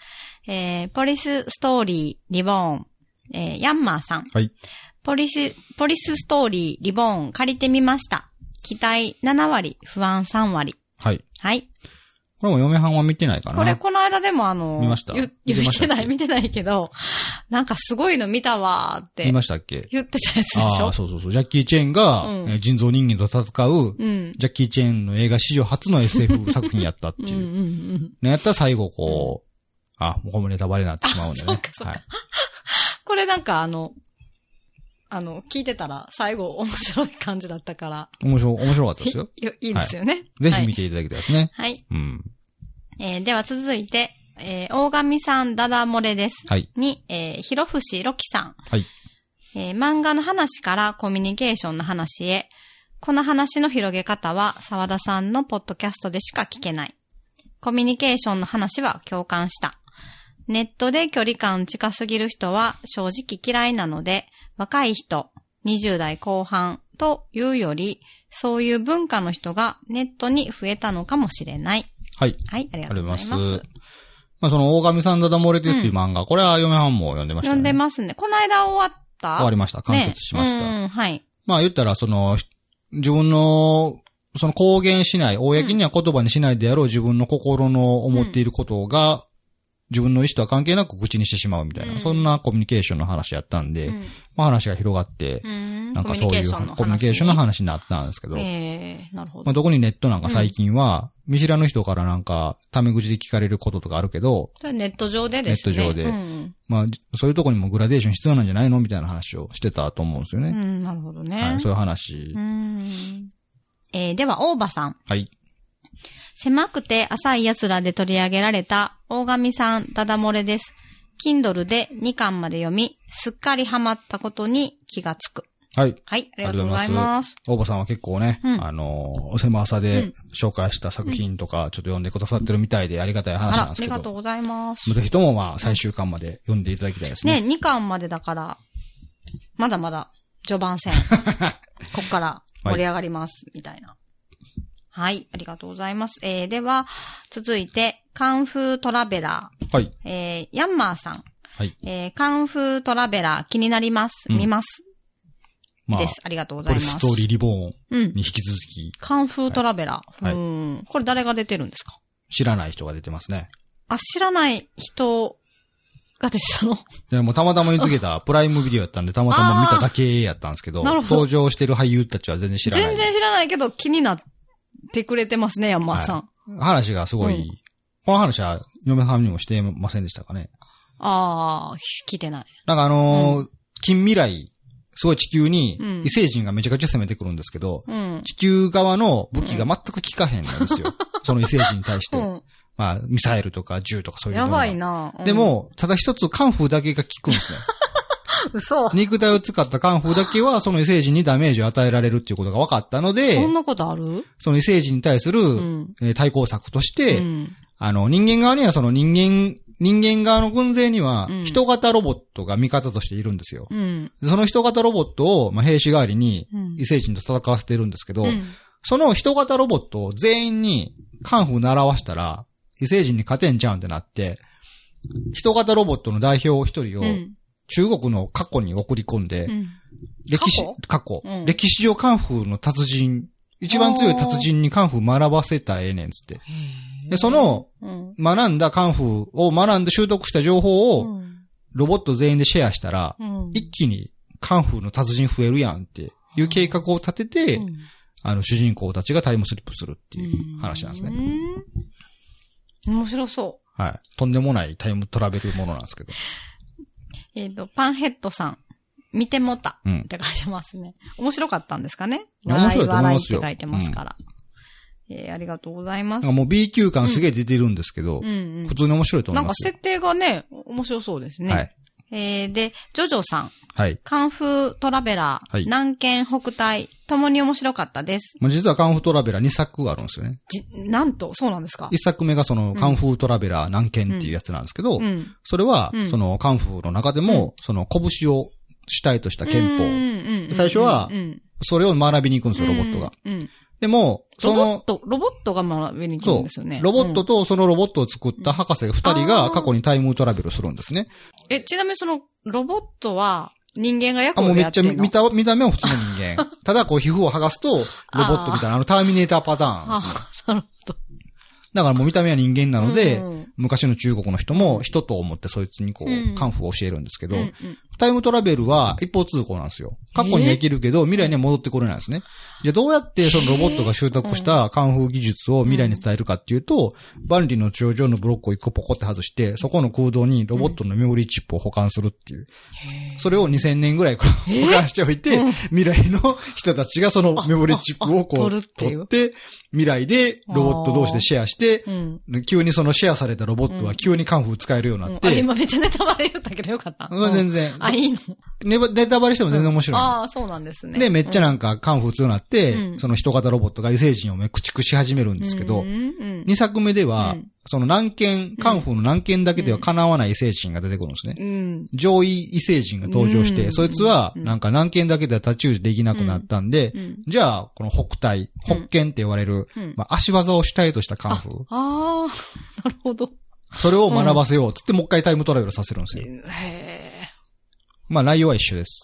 [SPEAKER 2] えー、ポリスストーリーリボーン、えー、ヤンマーさん。
[SPEAKER 1] はい。
[SPEAKER 2] ポリス、ポリスストーリーリボーン借りてみました。期待7割、不安3割。
[SPEAKER 1] はい。
[SPEAKER 2] はい。
[SPEAKER 1] これも嫁はんは見てないかな。
[SPEAKER 2] これ、この間でもあの、
[SPEAKER 1] 見ました
[SPEAKER 2] 言っ
[SPEAKER 1] 見て
[SPEAKER 2] 言
[SPEAKER 1] ま
[SPEAKER 2] っ
[SPEAKER 1] した
[SPEAKER 2] て
[SPEAKER 1] っけ
[SPEAKER 2] ない、見てないけど、なんかすごいの見たわーっ
[SPEAKER 1] 見
[SPEAKER 2] て
[SPEAKER 1] ましたっけ
[SPEAKER 2] 言ってたやつでし
[SPEAKER 1] ああ
[SPEAKER 2] ょ
[SPEAKER 1] ー、。そうそうそう。ジャッキー・チェーンが、
[SPEAKER 2] うん
[SPEAKER 1] えー人造人間と戦う、
[SPEAKER 2] うん。
[SPEAKER 1] ジャッキー・チェーンの映画史上初の SF 作品やったって
[SPEAKER 2] うん
[SPEAKER 1] い
[SPEAKER 2] うんう
[SPEAKER 1] う。
[SPEAKER 2] ん。
[SPEAKER 1] ね、やったら最後こう、あ、もうこれもネタバレになってしまうんでね。
[SPEAKER 2] あそうかそうか
[SPEAKER 1] はい。
[SPEAKER 2] これなんかあの、あの、聞いてたら最後面白い感じだったから、
[SPEAKER 1] 面白、面白かったで
[SPEAKER 2] い
[SPEAKER 1] すよ。
[SPEAKER 2] いいいですよね。
[SPEAKER 1] ぜひ見
[SPEAKER 2] て。
[SPEAKER 1] ていただきたいですね。
[SPEAKER 2] はい。
[SPEAKER 1] うん。
[SPEAKER 2] えーでは続いて、えー大神さんダダ漏れです。
[SPEAKER 1] はい。
[SPEAKER 2] に、えー、広伏ロキさん。
[SPEAKER 1] はい。
[SPEAKER 2] えー漫画の話からコミュニケーションの話へ。この話の広げ方は沢田さんのポッドキャストでしか聞けない。コミュニケーションの話は共感した。ネットで距離感近すぎる人は正直嫌いなので、若い人、20代後半というより、そういう文化の人がネットに増えたのかもしれない。
[SPEAKER 1] はい。
[SPEAKER 2] はい、あり
[SPEAKER 1] あ
[SPEAKER 2] が
[SPEAKER 1] りが
[SPEAKER 2] と
[SPEAKER 1] と
[SPEAKER 2] う
[SPEAKER 1] うご
[SPEAKER 2] ご
[SPEAKER 1] ざ
[SPEAKER 2] ざい
[SPEAKER 1] います
[SPEAKER 2] ま。
[SPEAKER 1] す。まあ、その、大神さんだだ漏れてっていう漫画、これは嫁はんも読んでました
[SPEAKER 2] 読
[SPEAKER 1] よ
[SPEAKER 2] ん
[SPEAKER 1] ね。
[SPEAKER 2] でますね。この間終わった
[SPEAKER 1] 終わりました。完
[SPEAKER 2] ね
[SPEAKER 1] 結しました。
[SPEAKER 2] うんうん、はい。
[SPEAKER 1] まあ言ったら、その、自分の、その公言しない、公には言葉にしないであろう自分の心の思っていることが、自分の意思とは関係なく口にしてしまうみたいな、
[SPEAKER 2] うん
[SPEAKER 1] そんなコミュニケーションの話やったんで、
[SPEAKER 2] うん
[SPEAKER 1] まあ話が広がって、
[SPEAKER 2] うん
[SPEAKER 1] なんかそういうはコミュニケーションの話になったんですけど、
[SPEAKER 2] ええなるほ
[SPEAKER 1] まあ
[SPEAKER 2] ど。
[SPEAKER 1] 特にネットなんか最近は、見知らぬ人からなんか、タメ口で聞かれることとかあるけど、
[SPEAKER 2] それネット上でですね。
[SPEAKER 1] ネット上で
[SPEAKER 2] うん。
[SPEAKER 1] まあそういうとこにもグラデーション必要なんじゃないのみたいな話をしてたと思うんですよ
[SPEAKER 2] う
[SPEAKER 1] ね。
[SPEAKER 2] ん、なるほどね。
[SPEAKER 1] はい、そういう話。
[SPEAKER 2] うん。えーでは、大場さん。
[SPEAKER 1] はい。
[SPEAKER 2] 狭くて浅い奴らで取り上げられた大神さんダダ漏れです。Kindle で2巻まで読み、すっかりハマったことに気がつく。
[SPEAKER 1] はい。
[SPEAKER 2] はい、ありがとうございます。
[SPEAKER 1] 大場さんは結構ね、
[SPEAKER 2] うん
[SPEAKER 1] あの、狭さで紹介した作品とか、ちょっと読んでくださってるみたいでありがたい
[SPEAKER 2] あ
[SPEAKER 1] 話
[SPEAKER 2] ら
[SPEAKER 1] なん、
[SPEAKER 2] あ
[SPEAKER 1] です
[SPEAKER 2] り
[SPEAKER 1] け
[SPEAKER 2] がと
[SPEAKER 1] ど、
[SPEAKER 2] うございます。
[SPEAKER 1] ぜひともまあ最終巻まで読んでいただきたいです
[SPEAKER 2] ね、
[SPEAKER 1] ね。
[SPEAKER 2] 2巻までだから、まだまだ序 盤戦。こっから盛り上がります、みたいな。はい、ありがとうございます。えーでは、続いて、カンフートラベラー。
[SPEAKER 1] はい。
[SPEAKER 2] えーヤンマーさん。
[SPEAKER 1] はい。
[SPEAKER 2] えーカンフートラベラー気になります。
[SPEAKER 1] うん
[SPEAKER 2] 見ます。
[SPEAKER 1] まあ
[SPEAKER 2] です。、ありがとうござ
[SPEAKER 1] こ
[SPEAKER 2] い
[SPEAKER 1] れ
[SPEAKER 2] ます。
[SPEAKER 1] ストーリーリボーンに
[SPEAKER 2] うん。
[SPEAKER 1] 引き続き
[SPEAKER 2] カンフートラベラー。
[SPEAKER 1] はいう
[SPEAKER 2] ーん。これ誰が出てるんですか
[SPEAKER 1] 知らない人が出てますね。
[SPEAKER 2] あ、知らない人が出てたの
[SPEAKER 1] でもうたまたま見つけたプライムビデオやったんで、たまたま見ただけやったんですけど、
[SPEAKER 2] なるほど
[SPEAKER 1] 登場してる俳優たちは全然知らない。
[SPEAKER 2] 全然知らないけど気になってくれてますね、ヤンマーさん。
[SPEAKER 1] 話がすごい、
[SPEAKER 2] うん
[SPEAKER 1] この話は嫁さんにもしてませんでしたかね。
[SPEAKER 2] ああ、聞いてない。
[SPEAKER 1] なんかあのー近未来、すごい地球に
[SPEAKER 2] うん
[SPEAKER 1] 異星人がめちゃくちゃ攻めてくるんですけど、
[SPEAKER 2] うん。
[SPEAKER 1] 地球側の武器が全く効かへんなんです よ。その異星人に対して。
[SPEAKER 2] うん。
[SPEAKER 1] まあ、ミサイルとか銃とかそういう
[SPEAKER 2] や
[SPEAKER 1] のが
[SPEAKER 2] ばいな、うん
[SPEAKER 1] で、も、ただ一つカンフーだけが効くんですね。
[SPEAKER 2] 嘘。
[SPEAKER 1] 肉体を使ったカンフーだけは、その異星人にダメージを与えられるっていうことが分かったので
[SPEAKER 2] そ、んなことある
[SPEAKER 1] その異星人に対する、
[SPEAKER 2] うん。
[SPEAKER 1] えー対抗策とし
[SPEAKER 2] う
[SPEAKER 1] て、
[SPEAKER 2] ん。
[SPEAKER 1] あの、人間側にはその人間、人間側の軍勢には
[SPEAKER 2] うん、
[SPEAKER 1] 人型ロボットが味方としているんですよ。
[SPEAKER 2] うん。
[SPEAKER 1] でその人型ロボットを、まあ、兵士代わりに
[SPEAKER 2] うん
[SPEAKER 1] 異星人と戦わせてるんですけど、
[SPEAKER 2] うん
[SPEAKER 1] その人型ロボットを全員にカンフー習わしたら、異星人に勝てんちゃうんってなって、人型ロボットの代表一人を
[SPEAKER 2] うん。
[SPEAKER 1] 中国の過去に送り込んで、
[SPEAKER 2] うん
[SPEAKER 1] 歴史、過去、
[SPEAKER 2] うん
[SPEAKER 1] 歴史上カンフーの達人、一番強い達人にカンフー学ばせたらええねんっつって。で、そ、の
[SPEAKER 2] うん。
[SPEAKER 1] 学んだカンフーを学んで習得した情報をロボット全員でシェアしたら、
[SPEAKER 2] うん
[SPEAKER 1] 一気にカンフーの達人増えるやんっていう計画を立てて、
[SPEAKER 2] うん
[SPEAKER 1] あの主人公たちがタイムスリップするっていう話なんですね。。
[SPEAKER 2] うん面白そ
[SPEAKER 1] はい。とんでもないタイムトラベルものなんですけど。
[SPEAKER 2] う。えっ、と、パンヘッドさん、見てもた。
[SPEAKER 1] うん
[SPEAKER 2] って書いてますね。面白かったんですかね
[SPEAKER 1] いや面白いと思い
[SPEAKER 2] 笑い
[SPEAKER 1] ま
[SPEAKER 2] っ
[SPEAKER 1] す
[SPEAKER 2] て
[SPEAKER 1] よ
[SPEAKER 2] 書いてますから。えーありがとうございま
[SPEAKER 1] なん
[SPEAKER 2] す。
[SPEAKER 1] かもう B 級感すげえ出てるんですけど、
[SPEAKER 2] うんうん
[SPEAKER 1] 普通に面白いと思
[SPEAKER 2] ないん
[SPEAKER 1] ま
[SPEAKER 2] か
[SPEAKER 1] すよ。
[SPEAKER 2] 設定がね、面白そうですね。
[SPEAKER 1] はい。
[SPEAKER 2] えーで、ジョジョさん、
[SPEAKER 1] はい。
[SPEAKER 2] カンフートラベラー、
[SPEAKER 1] はい
[SPEAKER 2] 南剣北対、ともに面白かったです。
[SPEAKER 1] まあ、実はカンフートラベラー2作あるんですよね。
[SPEAKER 2] じなんと、そうなんですか
[SPEAKER 1] 1作目がそのカンフートラベラー南剣っていうやつなんですけど、
[SPEAKER 2] うん。
[SPEAKER 1] それは
[SPEAKER 2] うん
[SPEAKER 1] そのカンフーの中でも、その拳を主体とした剣法、
[SPEAKER 2] 法
[SPEAKER 1] 最初は
[SPEAKER 2] うん、
[SPEAKER 1] それを学びに行くんですよ、ロボットが。
[SPEAKER 2] うん。うん
[SPEAKER 1] でも、そ
[SPEAKER 2] ロボッ
[SPEAKER 1] の、
[SPEAKER 2] ト、ロボットが学びに来るんですよね。
[SPEAKER 1] ロボット
[SPEAKER 2] うん
[SPEAKER 1] とそのロボットを作った博士2人
[SPEAKER 2] あ
[SPEAKER 1] が
[SPEAKER 2] ー
[SPEAKER 1] 過去にタイムトラベルするんですね。
[SPEAKER 2] え、ちなみにその、ロボットは人間が役
[SPEAKER 1] あ、も
[SPEAKER 2] を
[SPEAKER 1] うめ
[SPEAKER 2] や
[SPEAKER 1] っ
[SPEAKER 2] っ
[SPEAKER 1] ち
[SPEAKER 2] て
[SPEAKER 1] ゃ
[SPEAKER 2] んの
[SPEAKER 1] 見見た、見た目は普通の人 間。ただ、こう、皮膚を剥がすと、ロボットみたいな、あの、ターミネーターパターンですね。
[SPEAKER 2] あなるほ
[SPEAKER 1] だからもう見た目は人間な
[SPEAKER 2] ど。
[SPEAKER 1] ので、
[SPEAKER 2] うん
[SPEAKER 1] 昔の中国の人も人と思ってそいつにこう、
[SPEAKER 2] うん
[SPEAKER 1] カンフーを教えるんですけど、
[SPEAKER 2] うんうん
[SPEAKER 1] タイムトラベルは一方通行なんですよ。過去には行けるけど、未来には戻ってこれないんですね。じゃあどうやってそのロボットが習得したカンフー技術を未来に伝えるかっていうと、万里の頂上のブロックを一個ポコって外して、そこの空洞にロボットのメモリーチップを保管するっていう。それを2000年ぐらいこう
[SPEAKER 2] え
[SPEAKER 1] 保管しておいて、未来の人たちがそのメモリーチップをこ
[SPEAKER 2] ああ取
[SPEAKER 1] う
[SPEAKER 2] るってい
[SPEAKER 1] 取
[SPEAKER 2] う
[SPEAKER 1] って、未来でロボット同士でシェアして、
[SPEAKER 2] うん。
[SPEAKER 1] 急にそのシェアされたロボット
[SPEAKER 2] う
[SPEAKER 1] は
[SPEAKER 2] ん
[SPEAKER 1] 急にカンフー使えるようになっ
[SPEAKER 2] あ、
[SPEAKER 1] て、
[SPEAKER 2] 今めっちゃネタバレ言ったけどよかった。
[SPEAKER 1] それは全然、
[SPEAKER 2] あ、いいの。
[SPEAKER 1] ネバネタバレしても全然面白な
[SPEAKER 2] ああ、そうなんですね。
[SPEAKER 1] の。で、めっちゃ
[SPEAKER 2] ん
[SPEAKER 1] なんか、カンフー2になって、
[SPEAKER 2] うん
[SPEAKER 1] その人型ロボットが異星人をね駆逐し始めるんですけど、
[SPEAKER 2] うんうん
[SPEAKER 1] 2作目では、
[SPEAKER 2] うん
[SPEAKER 1] その南剣、カンフーの南剣だけでは叶わない異星人が出てくるんですね。
[SPEAKER 2] うん。
[SPEAKER 1] 上位異星人が登場して、
[SPEAKER 2] うん
[SPEAKER 1] そいつは、
[SPEAKER 2] うん
[SPEAKER 1] なんか南剣だけでは太刀打ちできなくなったんで、
[SPEAKER 2] うん。
[SPEAKER 1] じゃあ、この北体、北剣って言われる、
[SPEAKER 2] うん。
[SPEAKER 1] まあ、足技を主体としたカンフー。
[SPEAKER 2] ああ、なるほど。
[SPEAKER 1] それを学ばせようっつって、もう一回タイムトラベルさせるんですよ。
[SPEAKER 2] へえ。
[SPEAKER 1] まあ、内容は一緒 です。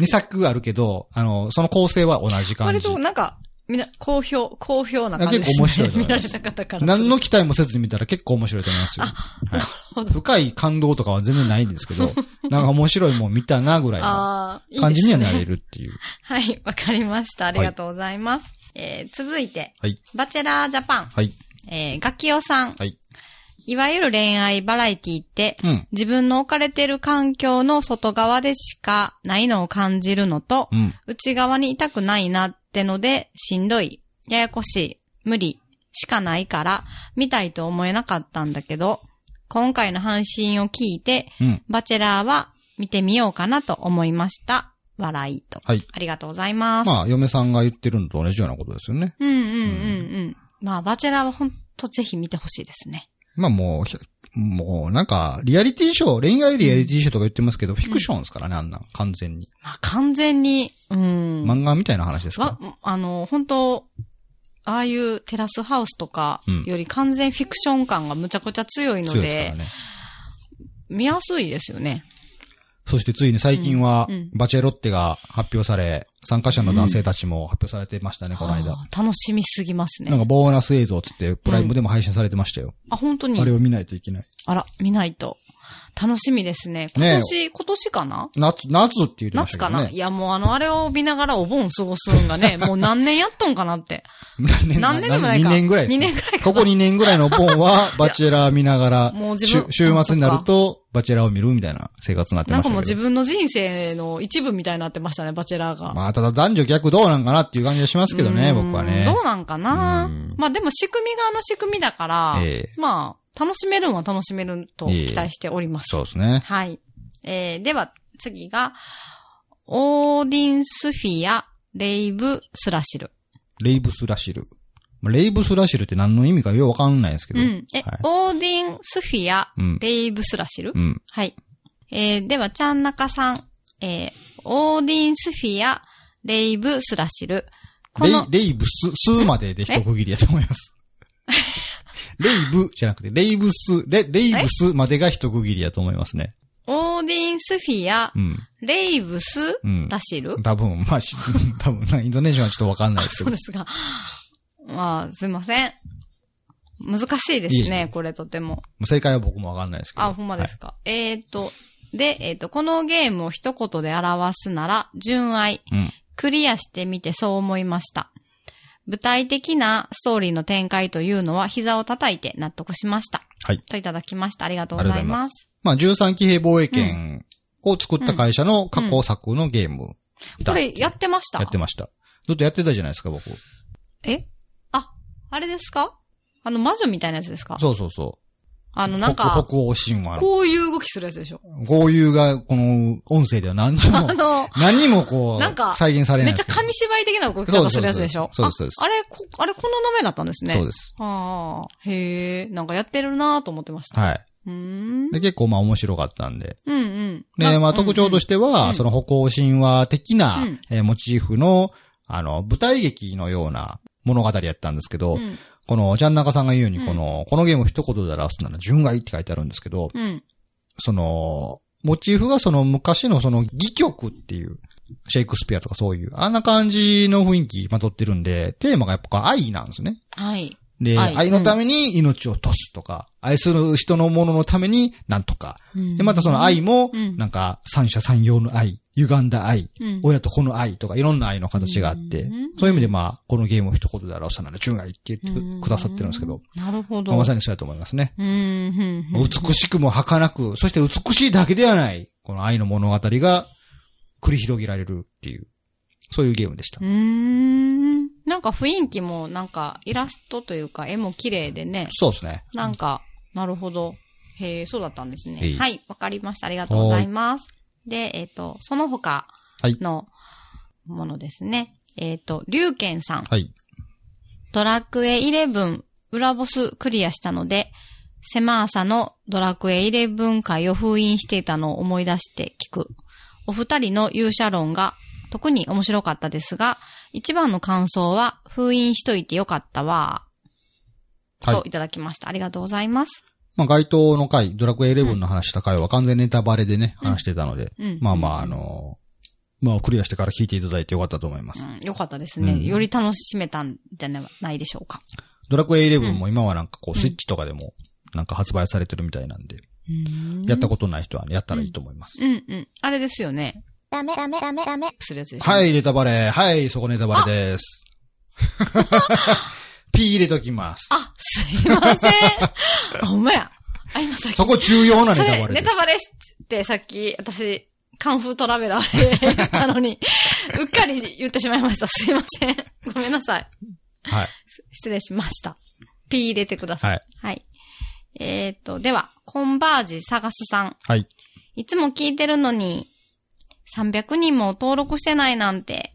[SPEAKER 1] 2作あるけど、あの、その構成は同じ感
[SPEAKER 2] 割
[SPEAKER 1] じ。
[SPEAKER 2] となんか、みんな、好評、好評な感じですね。
[SPEAKER 1] 結構面白いと思
[SPEAKER 2] 見
[SPEAKER 1] い
[SPEAKER 2] ら
[SPEAKER 1] ま
[SPEAKER 2] れ
[SPEAKER 1] す
[SPEAKER 2] た方から。
[SPEAKER 1] 何の期待もせずに見たら結構面白いと思いますよ。はい
[SPEAKER 2] ほど
[SPEAKER 1] 深い感動とかは全然ないんですけど、 なんか面白いもん見たなぐらいの
[SPEAKER 2] ああ、いいですね
[SPEAKER 1] 感じにはなれるっていう。
[SPEAKER 2] はい、わかりました。ありがとうございます。えー続いて、
[SPEAKER 1] はい
[SPEAKER 2] バチェラージャパン、
[SPEAKER 1] はい。
[SPEAKER 2] えー、ガキオさん、
[SPEAKER 1] はい。
[SPEAKER 2] いわゆる恋愛バラエティって、
[SPEAKER 1] うん。
[SPEAKER 2] 自分の置かれている環境の外側でしかないのを感じるのと、
[SPEAKER 1] うん。
[SPEAKER 2] 内側にいたくないなってので、しんどい、ややこしい、無理、しかないから、見たいと思えなかったんだけど、今回の配信を聞いて、
[SPEAKER 1] うん。
[SPEAKER 2] バチェラーは見てみようかなと思いました。笑いと。
[SPEAKER 1] はい。
[SPEAKER 2] ありがとうございます。
[SPEAKER 1] まあ、嫁さんが言ってるのと同じようなことですよね。
[SPEAKER 2] うんうんうんうん。まあ、バチェラーはほんとぜひ見てほしいですね。
[SPEAKER 1] まあもうひゃ、もうなんか、リアリティショー、恋愛リアリティショーとか言ってますけど、フィクションですからね、あんなん、完全に。
[SPEAKER 2] まあ、完全に、うん。
[SPEAKER 1] 漫画みたいな話ですから
[SPEAKER 2] わ。あの、本当ああいうテラスハウスとか
[SPEAKER 1] うん
[SPEAKER 2] より完全フィクション感がむちゃくちゃ強いの
[SPEAKER 1] 強い
[SPEAKER 2] で、
[SPEAKER 1] ですからね。
[SPEAKER 2] 見やすいですよね。
[SPEAKER 1] そしてついに最近は
[SPEAKER 2] うんうん、
[SPEAKER 1] バチェロッテが発表され、参加者の男性たちも発表されてましたね、この間。
[SPEAKER 2] あー楽しみすぎます
[SPEAKER 1] なん
[SPEAKER 2] ね。
[SPEAKER 1] かボーナス映像つって、プライムでも配信されてましたよ。
[SPEAKER 2] あ、本当
[SPEAKER 1] あれ
[SPEAKER 2] に。
[SPEAKER 1] を見ないといけない。
[SPEAKER 2] あら、見ないと。楽しみですね。今
[SPEAKER 1] ねえ
[SPEAKER 2] 年、今年かな
[SPEAKER 1] 夏、夏って言ってました
[SPEAKER 2] 夏か
[SPEAKER 1] けど
[SPEAKER 2] な、い
[SPEAKER 1] ね。
[SPEAKER 2] や、もうあの、あれを見ながらお盆過ごすん がね、もう何年やっとんかなって。
[SPEAKER 1] 何年
[SPEAKER 2] 何年でもないか。
[SPEAKER 1] 2年ぐらいです
[SPEAKER 2] 2
[SPEAKER 1] ね
[SPEAKER 2] 年ぐらい
[SPEAKER 1] ここ2年ぐらいのお盆 は、バチェラー見ながら、
[SPEAKER 2] もう自
[SPEAKER 1] しゅ
[SPEAKER 2] 分
[SPEAKER 1] 週末になると、バチェラーを見るみたいな生活になって
[SPEAKER 2] な
[SPEAKER 1] ましたけど。
[SPEAKER 2] んかもう自分の人生の一部みたいになってましたね、バチェラーが。
[SPEAKER 1] まあ、ただ男女逆どうなんかなっていう感じがしますけどね、
[SPEAKER 2] うん
[SPEAKER 1] 僕はね。
[SPEAKER 2] どうなんかな
[SPEAKER 1] うん
[SPEAKER 2] まあでも仕組みがあの仕組みだから、
[SPEAKER 1] ええ
[SPEAKER 2] まあ、楽しめるのは楽しめると期待しております。
[SPEAKER 1] そうですね。
[SPEAKER 2] はい。えー、では、次が、オーディンスフィア、レイブ、スラシル。
[SPEAKER 1] レイブスラシル。まあレイブスラシルって何の意味かよくわかんないんですけ
[SPEAKER 2] う
[SPEAKER 1] ど。
[SPEAKER 2] ん。え、
[SPEAKER 1] はい
[SPEAKER 2] オーディンスフィア、
[SPEAKER 1] うん。
[SPEAKER 2] レイブ、スラシル、
[SPEAKER 1] うん。
[SPEAKER 2] はい。えー、では、ちゃんなかさん、えー、オーディンスフィア、レイブ、スラシル。こ
[SPEAKER 1] レイ
[SPEAKER 2] の、、
[SPEAKER 1] レイブス、スまでで一区切りやと思い ます。レイブじゃなくて、レイブス、レ、レイブスまでが一区切りやと思いますね。
[SPEAKER 2] オーディンスフィア
[SPEAKER 1] う、ん。
[SPEAKER 2] レイブス、
[SPEAKER 1] うん
[SPEAKER 2] ラ。シル、
[SPEAKER 1] 多分、まあ、 し多分な、インドネシアはちょっとわかんないですけ
[SPEAKER 2] そう
[SPEAKER 1] ど
[SPEAKER 2] で。すが。まあ、すいません。難しいで
[SPEAKER 1] い
[SPEAKER 2] す
[SPEAKER 1] えいえ
[SPEAKER 2] ね、これとても。
[SPEAKER 1] 正解は僕もわかんないですけど。
[SPEAKER 2] あ、ほんまですか。えーっと、で、えーっと、このゲームを一言で表すなら、純愛。
[SPEAKER 1] はい。うん。
[SPEAKER 2] クリアしてみてそう思いました。具体的なストーリーの展開というのは膝を叩いて納得しました。
[SPEAKER 1] はい。
[SPEAKER 2] といただきました。ありがとうございます。
[SPEAKER 1] まあ、13騎兵防衛権を作った会社の加工作のゲームだ
[SPEAKER 2] これやってました
[SPEAKER 1] やってました。ずっとやってたじゃないですか、僕。
[SPEAKER 2] えあ、あれですかあの魔女みたいなやつですか
[SPEAKER 1] そうそうそ
[SPEAKER 2] あ
[SPEAKER 1] う。
[SPEAKER 2] のなん
[SPEAKER 1] 北
[SPEAKER 2] か、
[SPEAKER 1] 北欧神話の。
[SPEAKER 2] こういう動きするやつでしょ
[SPEAKER 1] 豪遊が、この音声では何に も
[SPEAKER 2] あ、の、
[SPEAKER 1] 何にもこ
[SPEAKER 2] なん
[SPEAKER 1] う、
[SPEAKER 2] か
[SPEAKER 1] 再現されな
[SPEAKER 2] め
[SPEAKER 1] い
[SPEAKER 2] っ
[SPEAKER 1] ん
[SPEAKER 2] ち
[SPEAKER 1] で
[SPEAKER 2] ゃ
[SPEAKER 1] すけど。
[SPEAKER 2] 紙芝居的な動き方するやつでしょ
[SPEAKER 1] そうですそうです
[SPEAKER 2] ああれこ、あれこの名前だったんですね。
[SPEAKER 1] そう
[SPEAKER 2] す。
[SPEAKER 1] です。
[SPEAKER 2] ああ、へえ、なんかやってるなーと思ってました。
[SPEAKER 1] はい。
[SPEAKER 2] うーん。
[SPEAKER 1] で、結構まあ面白かったんで。
[SPEAKER 2] うんうん。
[SPEAKER 1] で、まあ特徴と
[SPEAKER 2] し
[SPEAKER 1] しては、
[SPEAKER 2] うん
[SPEAKER 1] その歩行神話的な、
[SPEAKER 2] うん
[SPEAKER 1] えーモチーフの、あの、舞台劇のような物語やったんですけど、
[SPEAKER 2] うん
[SPEAKER 1] この、ジャンナカさんが言うように、
[SPEAKER 2] うん
[SPEAKER 1] この、このゲームを一言で表すなら、純愛って書いてあるんですけど、
[SPEAKER 2] うん。
[SPEAKER 1] その、モチーフがその昔のその戯曲っていう、シェイクスピアとかそういう、あんな感じの雰囲気まとってるんで、テーマがやっぱ愛なんですね。
[SPEAKER 2] はい。
[SPEAKER 1] で、
[SPEAKER 2] 愛
[SPEAKER 1] 愛のために命を落とすとか、愛する人のもののためになんとか。で、またその愛も
[SPEAKER 2] うん、
[SPEAKER 1] なんか三者三様の愛、歪んだ愛、
[SPEAKER 2] うん、
[SPEAKER 1] 親と子の愛とかいろんな愛の形があって
[SPEAKER 2] うん、
[SPEAKER 1] そういう意味でまあ、このゲームを一言で表すなら純愛って言って
[SPEAKER 2] うん
[SPEAKER 1] くくださってるんですけど、。
[SPEAKER 2] なるほど。
[SPEAKER 1] まあまさにそうやと思いますね。
[SPEAKER 2] うん、うん、うん。
[SPEAKER 1] 美しくも儚く、そして美しいだけではない、この愛の物語が繰り広げられるっていう、そういうゲームでした
[SPEAKER 2] うー。ん。なんか雰囲気も、なんかイラストというか絵も綺麗でね。
[SPEAKER 1] そうですね。
[SPEAKER 2] なんか、なるほど。へえ、そうだったんです
[SPEAKER 1] え
[SPEAKER 2] ね。
[SPEAKER 1] い
[SPEAKER 2] はい、わかりました。ありがとうございます。で、えっ、と、その他
[SPEAKER 1] はい
[SPEAKER 2] のものですね。えっ、と、龍賢さん。
[SPEAKER 1] はい。
[SPEAKER 2] ドラクエ11裏ボスクリアしたので、狭さのドラクエ11回を封印していたのを思い出して聞く。お二人の勇者論が特に面白かったですが、一番の感想は封印しといてよかったわ。
[SPEAKER 1] はい
[SPEAKER 2] といただきました。ありがとうございます。
[SPEAKER 1] まあ、該当の回、ドラクエ11の話した回は完全ネタバレでね、
[SPEAKER 2] うん
[SPEAKER 1] 話してたので、
[SPEAKER 2] うん。
[SPEAKER 1] まあまあ、あのーまあ、クリアしてから聞いていただいてよかったと思います。
[SPEAKER 2] うんよかったですね。
[SPEAKER 1] うん
[SPEAKER 2] より楽しめたんじゃないでしょうか。
[SPEAKER 1] ドラクエ11も今はなんかこう、
[SPEAKER 2] うん
[SPEAKER 1] スイッチとかでも、なんか発売されてるみたいなんで、や
[SPEAKER 2] や
[SPEAKER 1] ったことない人はね、やったらいいと思います。
[SPEAKER 2] うんうん。あれですよね。
[SPEAKER 3] ダメダメダメダメ。
[SPEAKER 2] するやつですよね
[SPEAKER 1] はい、ネタバレ。はい、そこネタバレです。 ピー入れときます。
[SPEAKER 2] あ、すいません。あほんまや。あ、今さっき。
[SPEAKER 1] そこ重要なネ
[SPEAKER 2] そ
[SPEAKER 1] タ
[SPEAKER 2] れ
[SPEAKER 1] バレ
[SPEAKER 2] ネ
[SPEAKER 1] で
[SPEAKER 2] タ
[SPEAKER 1] す。
[SPEAKER 2] バレってさっき、私、カンフートラベラーで言ったの に、うっかり言ってしまいました。すいません。ごめんなさい。
[SPEAKER 1] はい。
[SPEAKER 2] 失礼しました。ピー入れてください。
[SPEAKER 1] はい。
[SPEAKER 2] はい。えーっと、では、コンバージ探すさん。
[SPEAKER 1] はい。
[SPEAKER 2] いつも聞いてるのに、300人も登録してないなんて、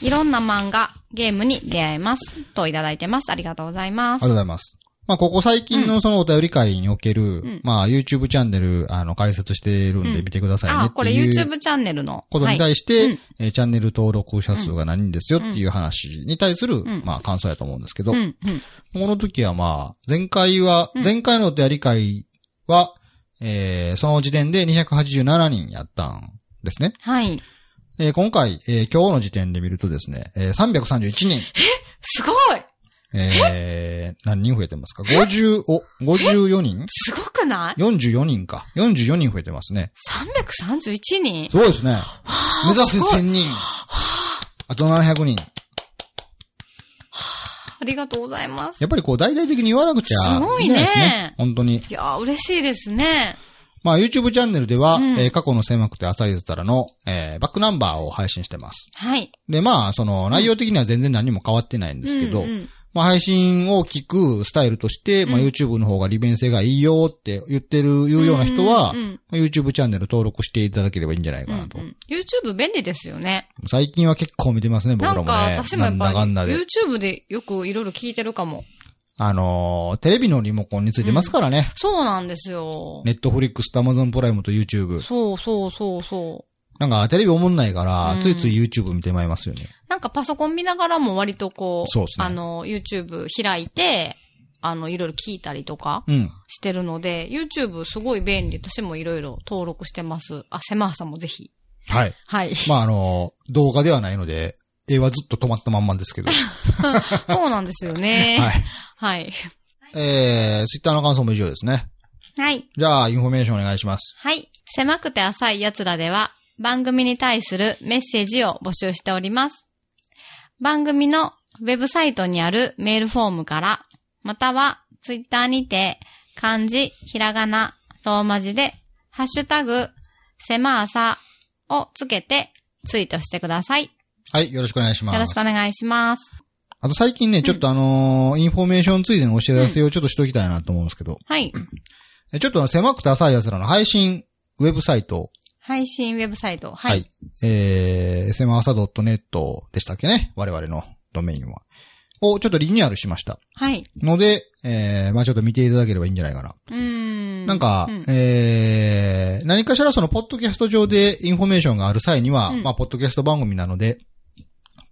[SPEAKER 2] いろんな漫画、ゲームに出会えます。といただいてます。ありがとうござい
[SPEAKER 1] あ
[SPEAKER 2] ま
[SPEAKER 1] りが
[SPEAKER 2] す
[SPEAKER 1] とう。ございます。まあ、ここ最近のそのお便り会における、
[SPEAKER 2] ん
[SPEAKER 1] まあ、YouTube チャンネル、あの、解説してるんで
[SPEAKER 2] うん
[SPEAKER 1] 見てくださいね
[SPEAKER 2] あ、
[SPEAKER 1] って
[SPEAKER 2] これ
[SPEAKER 1] いう。
[SPEAKER 2] YouTube チャンネルの。
[SPEAKER 1] ことに対して、
[SPEAKER 2] はいうん
[SPEAKER 1] えーチャンネル登録者数が何人ですよっていう話に対する、
[SPEAKER 2] ん
[SPEAKER 1] まあ感想やと思うんですけど、
[SPEAKER 2] はい、うん、うん。
[SPEAKER 1] この時はまあ、前回は、
[SPEAKER 2] うん
[SPEAKER 1] 前回のお手やり会は、えーその時点で287人やったんですね。
[SPEAKER 2] はい。
[SPEAKER 1] えー今回、えー今日の時点で見るとですね、えー331人、
[SPEAKER 2] すごい
[SPEAKER 1] えー何人増えてますか ?50、お、54人
[SPEAKER 2] すごくない
[SPEAKER 1] ?44 人か。44人増えてますね。
[SPEAKER 2] ?331 人
[SPEAKER 1] すごいですね。目指せ
[SPEAKER 2] すご
[SPEAKER 1] 1000
[SPEAKER 2] い
[SPEAKER 1] 人。あと700人。
[SPEAKER 2] ありがとうございます。
[SPEAKER 1] やっぱりこう大々的に言わなくちゃ
[SPEAKER 2] すごいね
[SPEAKER 1] いけないですね。本当に。
[SPEAKER 2] いやー、嬉しいですね。
[SPEAKER 1] まあ YouTube チャンネルでは、
[SPEAKER 2] うん
[SPEAKER 1] えー過去の狭くて浅いですからの、えーバックナンバーを配信してます。
[SPEAKER 2] はい。
[SPEAKER 1] で、まあ、その内容的には全然何も変わってないんですけど、
[SPEAKER 2] うんうん
[SPEAKER 1] まあ配信を聞くスタイルとして、まあ
[SPEAKER 2] うん
[SPEAKER 1] YouTube の方が利便性がいいよって言ってる、言うような人は、
[SPEAKER 2] うんうん
[SPEAKER 1] YouTube チャンネル登録していただければいいんじゃないかなと。
[SPEAKER 2] うんうん YouTube 便利ですよね。
[SPEAKER 1] 最近は結構見てますね、僕ら
[SPEAKER 2] な
[SPEAKER 1] も
[SPEAKER 2] ん
[SPEAKER 1] ね。
[SPEAKER 2] か、私もやっ
[SPEAKER 1] なんだ
[SPEAKER 2] ぱり
[SPEAKER 1] かんだで。
[SPEAKER 2] YouTube でよくいろいろ聞いてるかも。
[SPEAKER 1] あのーテレビのリモコンについてますからね。
[SPEAKER 2] そうなんですよ。
[SPEAKER 1] ネットフリックスと Amazon プライムと YouTube。
[SPEAKER 2] そうそうそうそう。
[SPEAKER 1] なんかテレビおもんないから、
[SPEAKER 2] うん
[SPEAKER 1] ついつい YouTube 見てまいりますよね。
[SPEAKER 2] なんかパソコン見ながらも割とこう、
[SPEAKER 1] そうですね
[SPEAKER 2] あの、YouTube 開いて、あの、いろいろ聞いたりとか
[SPEAKER 1] うん。
[SPEAKER 2] してるので、YouTube すごい便利。私もいろいろ登録してます。あ、セマーさんもぜひ。
[SPEAKER 1] はい。
[SPEAKER 2] はい。
[SPEAKER 1] まあ、あの、動画ではないので、絵はずっと止まったまんまです けど。は
[SPEAKER 2] そうなんですよね。
[SPEAKER 1] い。
[SPEAKER 2] はい。
[SPEAKER 1] えー、Twitter の感想も以上ですね。
[SPEAKER 2] はい。
[SPEAKER 1] じゃあ、インフォメーションお願いします。
[SPEAKER 2] はい。狭くて浅い奴らでは、番組に対するメッセージを募集しております。番組のウェブサイトにあるメールフォームから、またはツイッターにて、漢字、ひらがな、ローマ字で、ハッシュタグ、狭さをつけてツイートしてください。よ
[SPEAKER 1] はい、よろしくお願いします。
[SPEAKER 2] ろしくお願いします。
[SPEAKER 1] あと最近ね、ちょっとあのーインフォメーションついでのお知らせをちょっとしときたいなと思うんですけど、
[SPEAKER 2] はい。
[SPEAKER 1] えちょっと狭くて浅い奴らの配信、ウェブサイト、
[SPEAKER 2] 配信ウェブサイト。はい。
[SPEAKER 1] はいえー、狭さ .net でしたっけね我々のドメインは。をちょっとリニューアルしました。
[SPEAKER 2] はい。
[SPEAKER 1] ので、えー、まあちょっと見ていただければいいんじゃないかな。
[SPEAKER 2] うーん。
[SPEAKER 1] なんか、
[SPEAKER 2] うん
[SPEAKER 1] えー、何かしらその、ポッドキャスト上でインフォメーションがある際には、
[SPEAKER 2] うん
[SPEAKER 1] まあ、ポッドキャスト番組なので、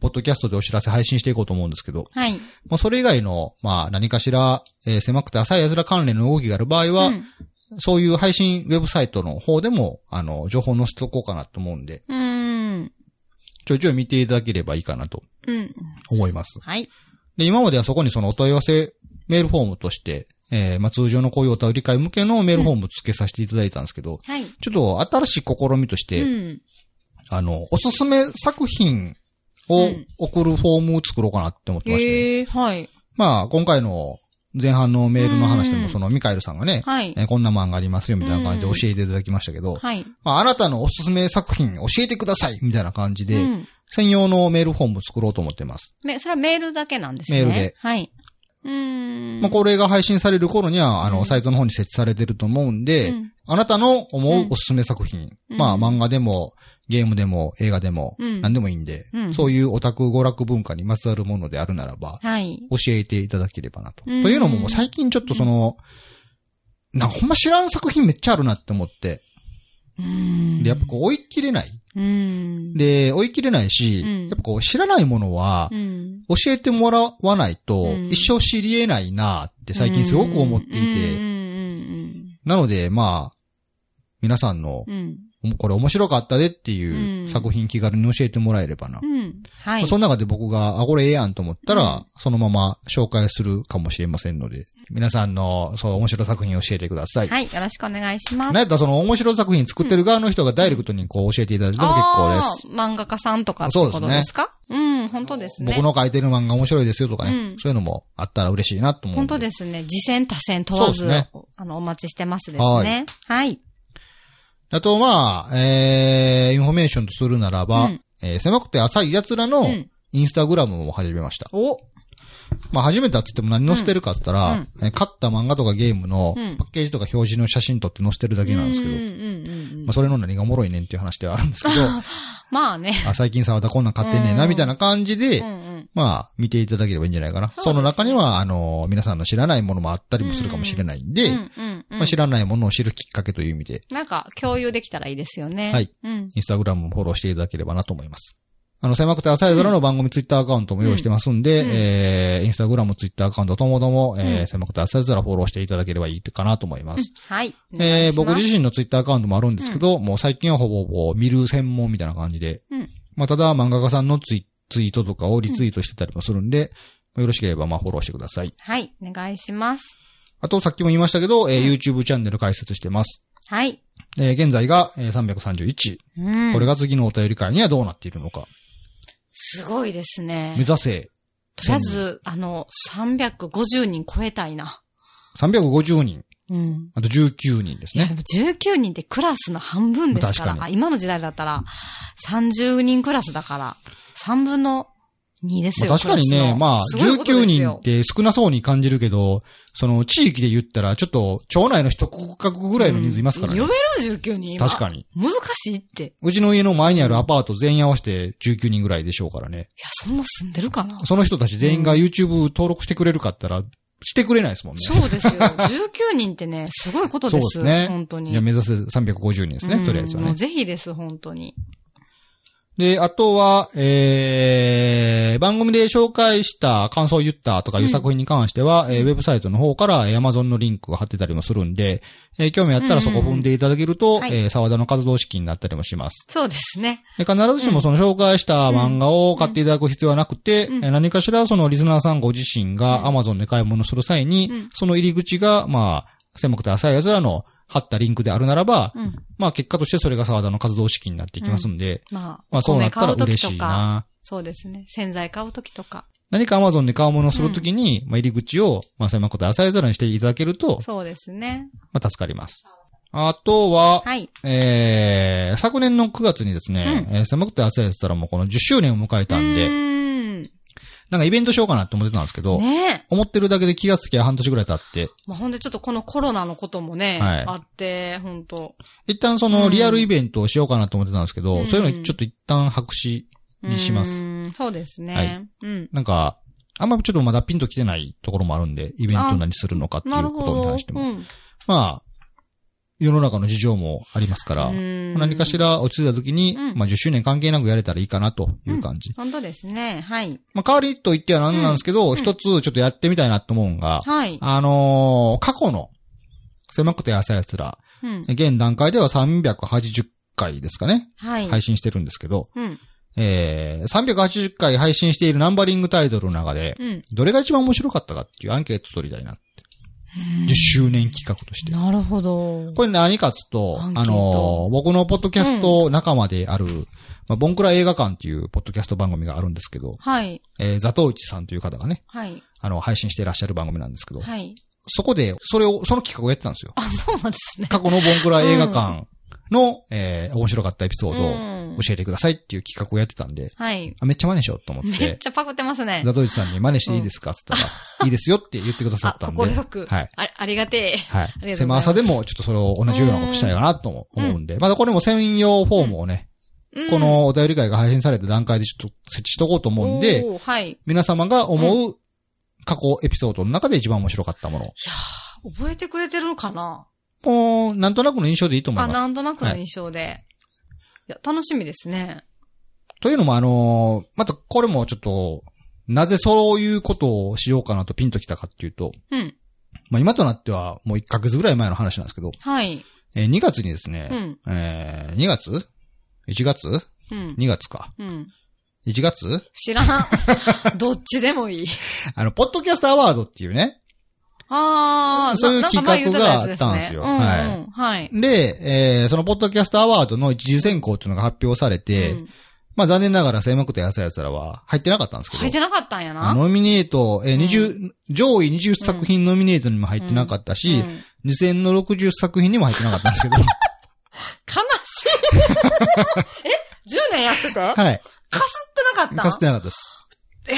[SPEAKER 1] ポッドキャストでお知らせ配信していこうと思うんですけど、
[SPEAKER 2] はい。
[SPEAKER 1] もうそれ以外の、まあ、何かしら、えー狭くて浅い奴ら関連の動きがある場合は、
[SPEAKER 2] うん
[SPEAKER 1] そういう配信ウェブサイトの方でも、あの、情報を載せておこうかなと思うんで、
[SPEAKER 2] うーん。
[SPEAKER 1] ちょいちょい見ていただければいいかなと
[SPEAKER 2] うん。
[SPEAKER 1] 思います。
[SPEAKER 2] はい。
[SPEAKER 1] で、今まではそこにそのお問い合わせメールフォームとして、えーまあ、通常のこういうお便り会向けのメールフォーム付けさせていただいたんですけど、
[SPEAKER 2] はい。
[SPEAKER 1] ちょっと新しい試みとして、
[SPEAKER 2] うん。
[SPEAKER 1] あの、おすすめ作品を
[SPEAKER 2] うん
[SPEAKER 1] 送るフォームを作ろうかなって思ってまして、
[SPEAKER 2] ええはい。
[SPEAKER 1] まあ、今回の前半のメールの話で
[SPEAKER 2] う
[SPEAKER 1] も、
[SPEAKER 2] ん
[SPEAKER 1] そのミカエルさんがね、
[SPEAKER 2] はい。
[SPEAKER 1] えーこんな漫画ありますよみたいな感じで教えていただきましたけど、
[SPEAKER 2] はい。
[SPEAKER 1] まあ、あなたのおすすめ作品教えてくださいみたいな感じで、
[SPEAKER 2] うん、
[SPEAKER 1] 専用のメールフォーム作ろうと思ってます。
[SPEAKER 2] めそれはメールだけなんです
[SPEAKER 1] メ
[SPEAKER 2] ね。
[SPEAKER 1] ールで。
[SPEAKER 2] はい。うーん。
[SPEAKER 1] まあ、これが配信される頃には、あ
[SPEAKER 2] うん
[SPEAKER 1] の、サイトの方に設置されてると思うんで、
[SPEAKER 2] うん
[SPEAKER 1] あなたの思ううんおすすめ作品。
[SPEAKER 2] うん
[SPEAKER 1] まあ漫画でも、ゲームでも、映画でも、
[SPEAKER 2] うん
[SPEAKER 1] 何でもいいんで、
[SPEAKER 2] うん
[SPEAKER 1] そういうオタク娯楽文化にまつわるものであるならば、
[SPEAKER 2] はい。
[SPEAKER 1] 教えていただければなと。
[SPEAKER 2] うん
[SPEAKER 1] というのももう最近ちょっとその、なんかほんま知らん作品めっちゃあるなって思って、
[SPEAKER 2] うん
[SPEAKER 1] で、やっぱこう追い切れない。
[SPEAKER 2] う。うん。
[SPEAKER 1] で、追い切れないし、
[SPEAKER 2] うん
[SPEAKER 1] やっぱこう知らないものは
[SPEAKER 2] う、ん。
[SPEAKER 1] 教えてもらわないと
[SPEAKER 2] うん
[SPEAKER 1] 一生知り得ないなって最近すごく思っていて、
[SPEAKER 2] うんうん
[SPEAKER 1] なのでまあ、皆さんの
[SPEAKER 2] うんうん。うん。
[SPEAKER 1] これ面白かったでっていううん作品気軽に教えてもらえればな。
[SPEAKER 2] うん。はい。
[SPEAKER 1] その中で僕が、あ、これええやんと思った
[SPEAKER 2] う
[SPEAKER 1] ら、そのまま紹介するかもしれませんので、皆さんの、そう、面白い作品を教えてください。
[SPEAKER 2] はい。よろしくお願いしま
[SPEAKER 1] なん
[SPEAKER 2] す。
[SPEAKER 1] やったらその面白い作品作ってる側の人がダイレクトにこう教えていただいても結構で
[SPEAKER 2] あ
[SPEAKER 1] す。
[SPEAKER 2] ー漫画家さんとかってことですかうん、本当ですね。
[SPEAKER 1] 僕の書いてる漫画面白いですよとかね、
[SPEAKER 2] うん
[SPEAKER 1] そういうのもあったら嬉しいなと思う。。
[SPEAKER 2] 本当ですすね。次戦多戦問わず、
[SPEAKER 1] そうですね
[SPEAKER 2] あの、お待ちしてますですね。はい。
[SPEAKER 1] あと、まあ、えー、インフォメーションとするならば、
[SPEAKER 2] うん
[SPEAKER 1] えー狭くて浅い奴ら
[SPEAKER 2] う
[SPEAKER 1] の
[SPEAKER 2] ん。
[SPEAKER 1] インスタグラムを始めました。
[SPEAKER 2] お
[SPEAKER 1] まあ、始めたって言っても何載せてるかって言ったら、
[SPEAKER 2] うん
[SPEAKER 1] えー買った漫画とかゲームの
[SPEAKER 2] うん
[SPEAKER 1] パッケージとか表示の写真撮って載せてるだけなんですけど、
[SPEAKER 2] うんうんうんうん
[SPEAKER 1] まあ、それの何がおもろいねんっていう話ではあるんですけど、
[SPEAKER 2] まあね。
[SPEAKER 1] あ最近沢田こんなん買ってんねんな、
[SPEAKER 2] うん
[SPEAKER 1] みたいな感じで、
[SPEAKER 2] うんうん。
[SPEAKER 1] まあ、見ていただければいいんじゃないかな。
[SPEAKER 2] そ
[SPEAKER 1] そ,、
[SPEAKER 2] うですね
[SPEAKER 1] の中には、あの、皆さんの知らないものもあったりもするかもしれないんで、
[SPEAKER 2] うんうんうん
[SPEAKER 1] まあ、知らないものを知るきっかけという意味で、
[SPEAKER 2] なんか、共有できたらいいですよね。
[SPEAKER 1] はい。
[SPEAKER 2] うん。
[SPEAKER 1] インスタグラムもフォローしていただければなと思います。あの、狭くて浅い空の番組ツイッターアカウントも用意してますんで、
[SPEAKER 2] うんうん
[SPEAKER 1] えー、インスタグラム、ツイッターアカウントともども、えー
[SPEAKER 2] うん
[SPEAKER 1] 狭くて浅い空フォローしていただければいいかなと思います。
[SPEAKER 2] はい。
[SPEAKER 1] えー、僕
[SPEAKER 2] 身。
[SPEAKER 1] 自身のツイッターアカウントもあるんですけど、もう最近はほぼほぼ見る専門みたいな感じで、
[SPEAKER 2] うん
[SPEAKER 1] まあただ漫画家さんのツイツイートとかをリツイートしてたりもするんで、よろしければまあフォローしてください。
[SPEAKER 2] はい。お願いします。
[SPEAKER 1] あとさっきも言いましたけど、えー YouTube チャンネル開設してます。
[SPEAKER 2] はい。
[SPEAKER 1] えー現在がえー331。
[SPEAKER 2] うん。
[SPEAKER 1] これが次のお便り会にはどうなっているのか。
[SPEAKER 2] すごいです
[SPEAKER 1] 目
[SPEAKER 2] ね。
[SPEAKER 1] 指せ。
[SPEAKER 2] とりあえず、あの、350人超えたいな。
[SPEAKER 1] 350人。
[SPEAKER 2] うん。
[SPEAKER 1] あと19人です
[SPEAKER 2] いや、
[SPEAKER 1] ね
[SPEAKER 2] で。も19人でクラスの半分ですから。
[SPEAKER 1] 確かに
[SPEAKER 2] あ今の時代だったら、30人クラスだから、3分の2ですよ、
[SPEAKER 1] まあ、確かに
[SPEAKER 2] クラス
[SPEAKER 1] ね
[SPEAKER 2] の、
[SPEAKER 1] まあ、
[SPEAKER 2] すごいこと
[SPEAKER 1] 19
[SPEAKER 2] です
[SPEAKER 1] 人
[SPEAKER 2] よ
[SPEAKER 1] って少なそうに感じるけど、その地域で言ったら、ちょっと町内の一区画ぐらいの人数いますからね。
[SPEAKER 2] うん呼べる ?19 人。
[SPEAKER 1] 確かに。
[SPEAKER 2] に。難しいって。いう
[SPEAKER 1] ちの家の前にあるアパート全員合わせて19人ぐらいでしょうからね。
[SPEAKER 2] や、そんな住んでるかな
[SPEAKER 1] その人たち全員が
[SPEAKER 2] う
[SPEAKER 1] YouTube 登録してくれるかったら、してくれないですもんね。
[SPEAKER 2] そ うですよ。19人ってね、すごいことです。
[SPEAKER 1] そうですね
[SPEAKER 2] 本当に。
[SPEAKER 1] じゃあ目指せ350人です
[SPEAKER 2] う
[SPEAKER 1] ね、
[SPEAKER 2] ん
[SPEAKER 1] とりあえずは
[SPEAKER 2] もう
[SPEAKER 1] ね。
[SPEAKER 2] ぜひです、本当に。
[SPEAKER 1] で、あとは、えー、番組で紹介した感想を言ったとかいう作品に関しては、えーウェブサイトの方からえー Amazon のリンクが貼ってたりもするんで、えー興味あったらそこ踏んでいただけると、
[SPEAKER 2] うんはい
[SPEAKER 1] えー沢田の活動資金になったりもします。
[SPEAKER 2] そうですね。
[SPEAKER 1] で必ずしもその紹介した漫画を買っていただく必要はなくて、
[SPEAKER 2] うん
[SPEAKER 1] えー何かしらそのリスナーさんご自身が
[SPEAKER 2] う
[SPEAKER 1] Amazon で買い物する際に、
[SPEAKER 2] うん
[SPEAKER 1] その入り口が、まあ、狭くて浅い奴らの貼ったリンクであるならば、
[SPEAKER 2] うん。
[SPEAKER 1] まあ結果としてそれが沢田の活動資金になっていきますんで、
[SPEAKER 2] まあ、
[SPEAKER 1] まあそうなったら
[SPEAKER 2] お米買う
[SPEAKER 1] 嬉
[SPEAKER 2] 時と
[SPEAKER 1] しい
[SPEAKER 2] か。
[SPEAKER 1] な。
[SPEAKER 2] そうですね。洗剤買うときとか。
[SPEAKER 1] 何か Amazon で買うものをするときに、まあ入り口を、まあ狭くて浅い皿にしていただけると、
[SPEAKER 2] そうですね。
[SPEAKER 1] まあ助かります。あとは、
[SPEAKER 2] はい。
[SPEAKER 1] えー、昨年の9月にですね、
[SPEAKER 2] う
[SPEAKER 1] えー狭くて浅い皿もこの10周年を迎えたん
[SPEAKER 2] う
[SPEAKER 1] で、
[SPEAKER 2] ーん
[SPEAKER 1] なんかイベントしようかなって思ってたんですけど、
[SPEAKER 2] ねえ。
[SPEAKER 1] 思ってるだけで気がつきゃ半年ぐらい経って、
[SPEAKER 2] まあ、ほんでちょっとこのコロナのこともね、
[SPEAKER 1] はい
[SPEAKER 2] あって、本当
[SPEAKER 1] 一旦そのリアルイベントをしようかなと思ってたんですけど、
[SPEAKER 2] うん
[SPEAKER 1] そういうのちょっと一旦白紙にします。
[SPEAKER 2] そうですね。
[SPEAKER 1] は
[SPEAKER 2] うん。
[SPEAKER 1] なんか、あんまちょっとまだピンと来てないところもあるんで、イベント何するのかってい
[SPEAKER 2] な
[SPEAKER 1] う
[SPEAKER 2] る
[SPEAKER 1] こ
[SPEAKER 2] ほ
[SPEAKER 1] とに
[SPEAKER 2] ど。
[SPEAKER 1] 関しても。
[SPEAKER 2] うん
[SPEAKER 1] まあ、世の中の事情もありますから、
[SPEAKER 2] うん
[SPEAKER 1] 何かし。ら落ち着いた時に、
[SPEAKER 2] うん
[SPEAKER 1] まあ10周年関係なくやれたらいいかなという感じ。
[SPEAKER 2] 本当ですね。はい。
[SPEAKER 1] まあ代わりと言っては何なんですけど、
[SPEAKER 2] うん
[SPEAKER 1] 一、つちょっとやってみたいなと思うんが、
[SPEAKER 2] はい。
[SPEAKER 1] あのー過去の狭くて浅い奴ら、
[SPEAKER 2] うん。
[SPEAKER 1] 現段階では380回ですかね、
[SPEAKER 2] はい。
[SPEAKER 1] 配信してるんですけど、
[SPEAKER 2] うん。
[SPEAKER 1] えー、380回配信しているナンバリングタイトルの中で、
[SPEAKER 2] うん。
[SPEAKER 1] どれが一番面白かったかっていうアンケート取りたいな。10周年企画として。
[SPEAKER 2] なるほど。
[SPEAKER 1] これ何かっつうと、
[SPEAKER 2] アンケート
[SPEAKER 1] あの、僕のポッドキャスト仲間である、まあ、ボンクラ映画館っていうポッドキャスト番組があるんですけど、
[SPEAKER 2] はい。
[SPEAKER 1] えー、ザトウイチさんという方がね、
[SPEAKER 2] はい。
[SPEAKER 1] あの、配信していらっしゃる番組なんですけど、
[SPEAKER 2] はい。
[SPEAKER 1] そこで、それを、その企画をやってたんですよ。
[SPEAKER 2] あ、そうなんですね。
[SPEAKER 1] 過去のボンクラ映画館、の、えー、面白かったエピソードを
[SPEAKER 2] うん
[SPEAKER 1] 教えてくださいっていう企画をやってたんで、
[SPEAKER 2] はい。
[SPEAKER 1] あ、めっちゃ真似しようと思っ、
[SPEAKER 2] めってちゃパクってますね
[SPEAKER 1] ザ。トウジさんに真似していいですかって言ったら、いいですよって言ってくださ
[SPEAKER 2] あ
[SPEAKER 1] っ、たんで。
[SPEAKER 2] 心よく。
[SPEAKER 1] はい。
[SPEAKER 2] あありがてえ。
[SPEAKER 1] は
[SPEAKER 2] あり
[SPEAKER 1] い。
[SPEAKER 2] がとうござい
[SPEAKER 1] 狭
[SPEAKER 2] ます
[SPEAKER 1] さでもちょっとそれを同じようなことしたいかなとも思うんで、まだこれも専用フォームをね、
[SPEAKER 2] うん
[SPEAKER 1] こ、のお便り会が配信された段階でちょっと設置しとこうと思うんで、
[SPEAKER 2] おー、はい。い
[SPEAKER 1] 皆様が思う過去エピソードの中で一番面白かったもの。
[SPEAKER 2] やー覚えてくれてるのかな
[SPEAKER 1] もう、なんとなくの印象でいいと思い
[SPEAKER 2] あ、
[SPEAKER 1] ます。
[SPEAKER 2] なんとなくの印象で。い、や、楽しみですね。
[SPEAKER 1] というのも、あのーまたこれもちょっと、なぜそういうことをしようかなとピンときたかっていうと、
[SPEAKER 2] うん。
[SPEAKER 1] まあ今となってはもう1ヶ月ぐらい前の話なんですけど、
[SPEAKER 2] はい。
[SPEAKER 1] えー2月にです
[SPEAKER 2] う
[SPEAKER 1] ね、
[SPEAKER 2] ん。
[SPEAKER 1] えー2月 ?1 月
[SPEAKER 2] うん。
[SPEAKER 1] ?2 月か。
[SPEAKER 2] うん。
[SPEAKER 1] 1月
[SPEAKER 2] 知ら ん。どっちでもいい。
[SPEAKER 1] あの、ポッドキャストアワードっていうね。
[SPEAKER 2] ああ、
[SPEAKER 1] そういう
[SPEAKER 2] ななんか前言ってやつ
[SPEAKER 1] 企画があったんですよ
[SPEAKER 2] ねうんうんはい。
[SPEAKER 1] で、えーそのポッドキャストアワードの一次選考っていうのが発表されて、
[SPEAKER 2] うん
[SPEAKER 1] まあ残念ながら狭くて安い奴らは入ってなかったんですけど、
[SPEAKER 2] 入ってなかったんやな。
[SPEAKER 1] あノミネート、えー
[SPEAKER 2] うん
[SPEAKER 1] 20、上位20作品ノミネートにも入ってなかったし、
[SPEAKER 2] うん
[SPEAKER 1] 2060作品にも入ってなかったんですけど、
[SPEAKER 2] 悲しい。え ?10 年やってて買って
[SPEAKER 1] はい。
[SPEAKER 2] なかった
[SPEAKER 1] かつてなかったです。
[SPEAKER 2] え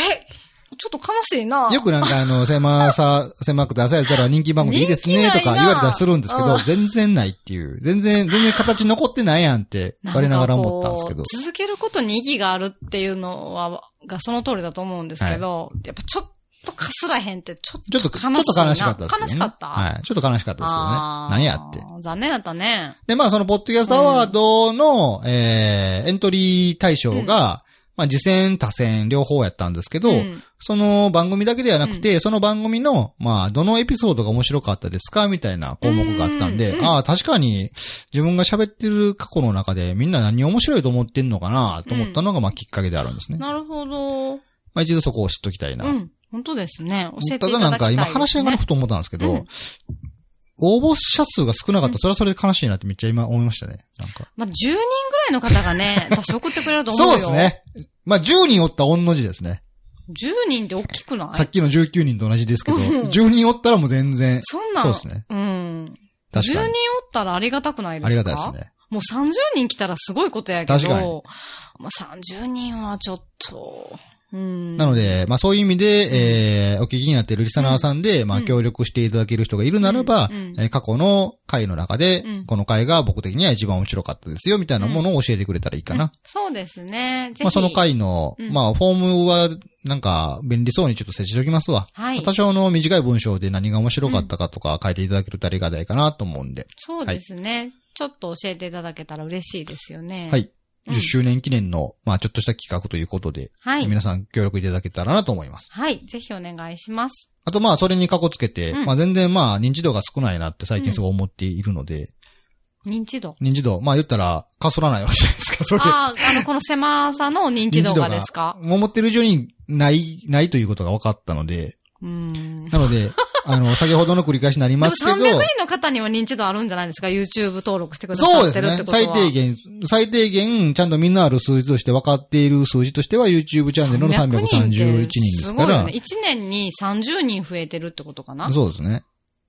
[SPEAKER 2] ちょっと悲しいな。
[SPEAKER 1] よくなんかあの、狭さ、狭くて安い奴らは人気番組いいですねと
[SPEAKER 2] 人気ない
[SPEAKER 1] か
[SPEAKER 2] な
[SPEAKER 1] 言われたりするんですけど、
[SPEAKER 2] うん
[SPEAKER 1] 全然ないっていう、全然、全然形残ってないやんって、我ながら思ったんですけ
[SPEAKER 2] な
[SPEAKER 1] ど
[SPEAKER 2] かこ、う続けることに意義があるっていうのは、がその通りだと思うんですけど、やっぱちょっとかすらへんってちょっ
[SPEAKER 1] ち
[SPEAKER 2] と
[SPEAKER 1] ょっと、
[SPEAKER 2] 悲し
[SPEAKER 1] ち
[SPEAKER 2] い
[SPEAKER 1] ょっと
[SPEAKER 2] な。
[SPEAKER 1] 悲しかったですけど、ね。
[SPEAKER 2] 悲しかった
[SPEAKER 1] はい。ちょっと悲しかったですけどね。
[SPEAKER 2] あー
[SPEAKER 1] なんやって。。
[SPEAKER 2] 残念やったね。
[SPEAKER 1] で、まあ、その、ポッドキャストアワードの、えー、エントリー対象が、まあ、次戦、他戦、両方やったんですけど、
[SPEAKER 2] うん
[SPEAKER 1] その番組だけではなくて、その番組の、まあ、どのエピソードが面白かったですかみたいな項目があったんで、
[SPEAKER 2] うんうん
[SPEAKER 1] ああ、確かに、自分が喋ってる過去の中で、みんな何面白いと思ってんのかなと思ったのが、まあ、きっかけであるんですね。
[SPEAKER 2] なるほど。う
[SPEAKER 1] まあ、一度そこを知っときたいな。
[SPEAKER 2] ん。本当ですね。教えて
[SPEAKER 1] た
[SPEAKER 2] いただきたいです、ね。
[SPEAKER 1] だなんか、今話しながらふと思ったんですけど、
[SPEAKER 2] うん
[SPEAKER 1] 応募者数が少なかった。
[SPEAKER 2] うん
[SPEAKER 1] それはそれで悲しいなってめっちゃ今思いましたね。なんか。
[SPEAKER 2] まあ、10人ぐらいの方 がね、私送ってくれると思う
[SPEAKER 1] そうです。
[SPEAKER 2] よ。
[SPEAKER 1] ね。まあ、10人おったらの字ですね。
[SPEAKER 2] 10人って大きくない
[SPEAKER 1] さっきの19人と同じですけど、
[SPEAKER 2] うん
[SPEAKER 1] 10人おったらもう全然、
[SPEAKER 2] そんなん。
[SPEAKER 1] そうですね。
[SPEAKER 2] うん。
[SPEAKER 1] 確か
[SPEAKER 2] 10人
[SPEAKER 1] に。
[SPEAKER 2] おったらありがたくないですか
[SPEAKER 1] ありがたいですね。
[SPEAKER 2] もう30人来たらすごいことやけど。
[SPEAKER 1] 確かに
[SPEAKER 2] まあ、30人はちょっと、うん。
[SPEAKER 1] なの、で、まあそういう意味で、えー、お聞きになっているリスナーさんで、まあ
[SPEAKER 2] うん
[SPEAKER 1] 協力していただける人がいるならば、
[SPEAKER 2] うんうん
[SPEAKER 1] えー過去の回の中で、
[SPEAKER 2] うん
[SPEAKER 1] この回が僕的には一番面白かったですよ、みたいなものを教えてくれたらいいかな。
[SPEAKER 2] そうですね。ぜひ。
[SPEAKER 1] まあその回の、
[SPEAKER 2] うん
[SPEAKER 1] まあフォームは、なんか、便利そうにちょっと設置しておきますわ。
[SPEAKER 2] はい。
[SPEAKER 1] 多少の短い文章で何が面白かったかとか書いていただけるとありがたいかなと思うんで、
[SPEAKER 2] そうですね、ちょっと教えていただけたら嬉しいですよね。
[SPEAKER 1] はい
[SPEAKER 2] うん。
[SPEAKER 1] 10周年記念の、まあちょっとした企画ということで、
[SPEAKER 2] はい。
[SPEAKER 1] 皆さん協力いただけたらなと思います。
[SPEAKER 2] はい。ぜひお願いします。
[SPEAKER 1] あとまあそれに過去つけて、
[SPEAKER 2] うん
[SPEAKER 1] まあ全然まあ認知度が少ないなって最近すごい思っているので、
[SPEAKER 2] 認知度。
[SPEAKER 1] 認知度、まあ言ったら、かそらないわけじゃないですか、それで。
[SPEAKER 2] ああ、あの、この狭さの認知度がですか
[SPEAKER 1] もう思ってる以上にない、ないということが分かったので、
[SPEAKER 2] うん。で
[SPEAKER 1] なの で、あの、先ほどの繰り返しになり
[SPEAKER 2] も
[SPEAKER 1] ますけど、
[SPEAKER 2] 300人の方には認知度あるんじゃないですか ?YouTube 登録してくだ
[SPEAKER 1] そ
[SPEAKER 2] さ
[SPEAKER 1] う
[SPEAKER 2] っ
[SPEAKER 1] で
[SPEAKER 2] て
[SPEAKER 1] す
[SPEAKER 2] るって
[SPEAKER 1] ね。
[SPEAKER 2] ことは。
[SPEAKER 1] 最低限、最低限、ちゃんとみんなある数字として分かっている数字としては、YouTube チャンネルの331人ですか
[SPEAKER 2] ごいよ
[SPEAKER 1] ら
[SPEAKER 2] ね。。1年に30人増えてるってことかな
[SPEAKER 1] そうですね。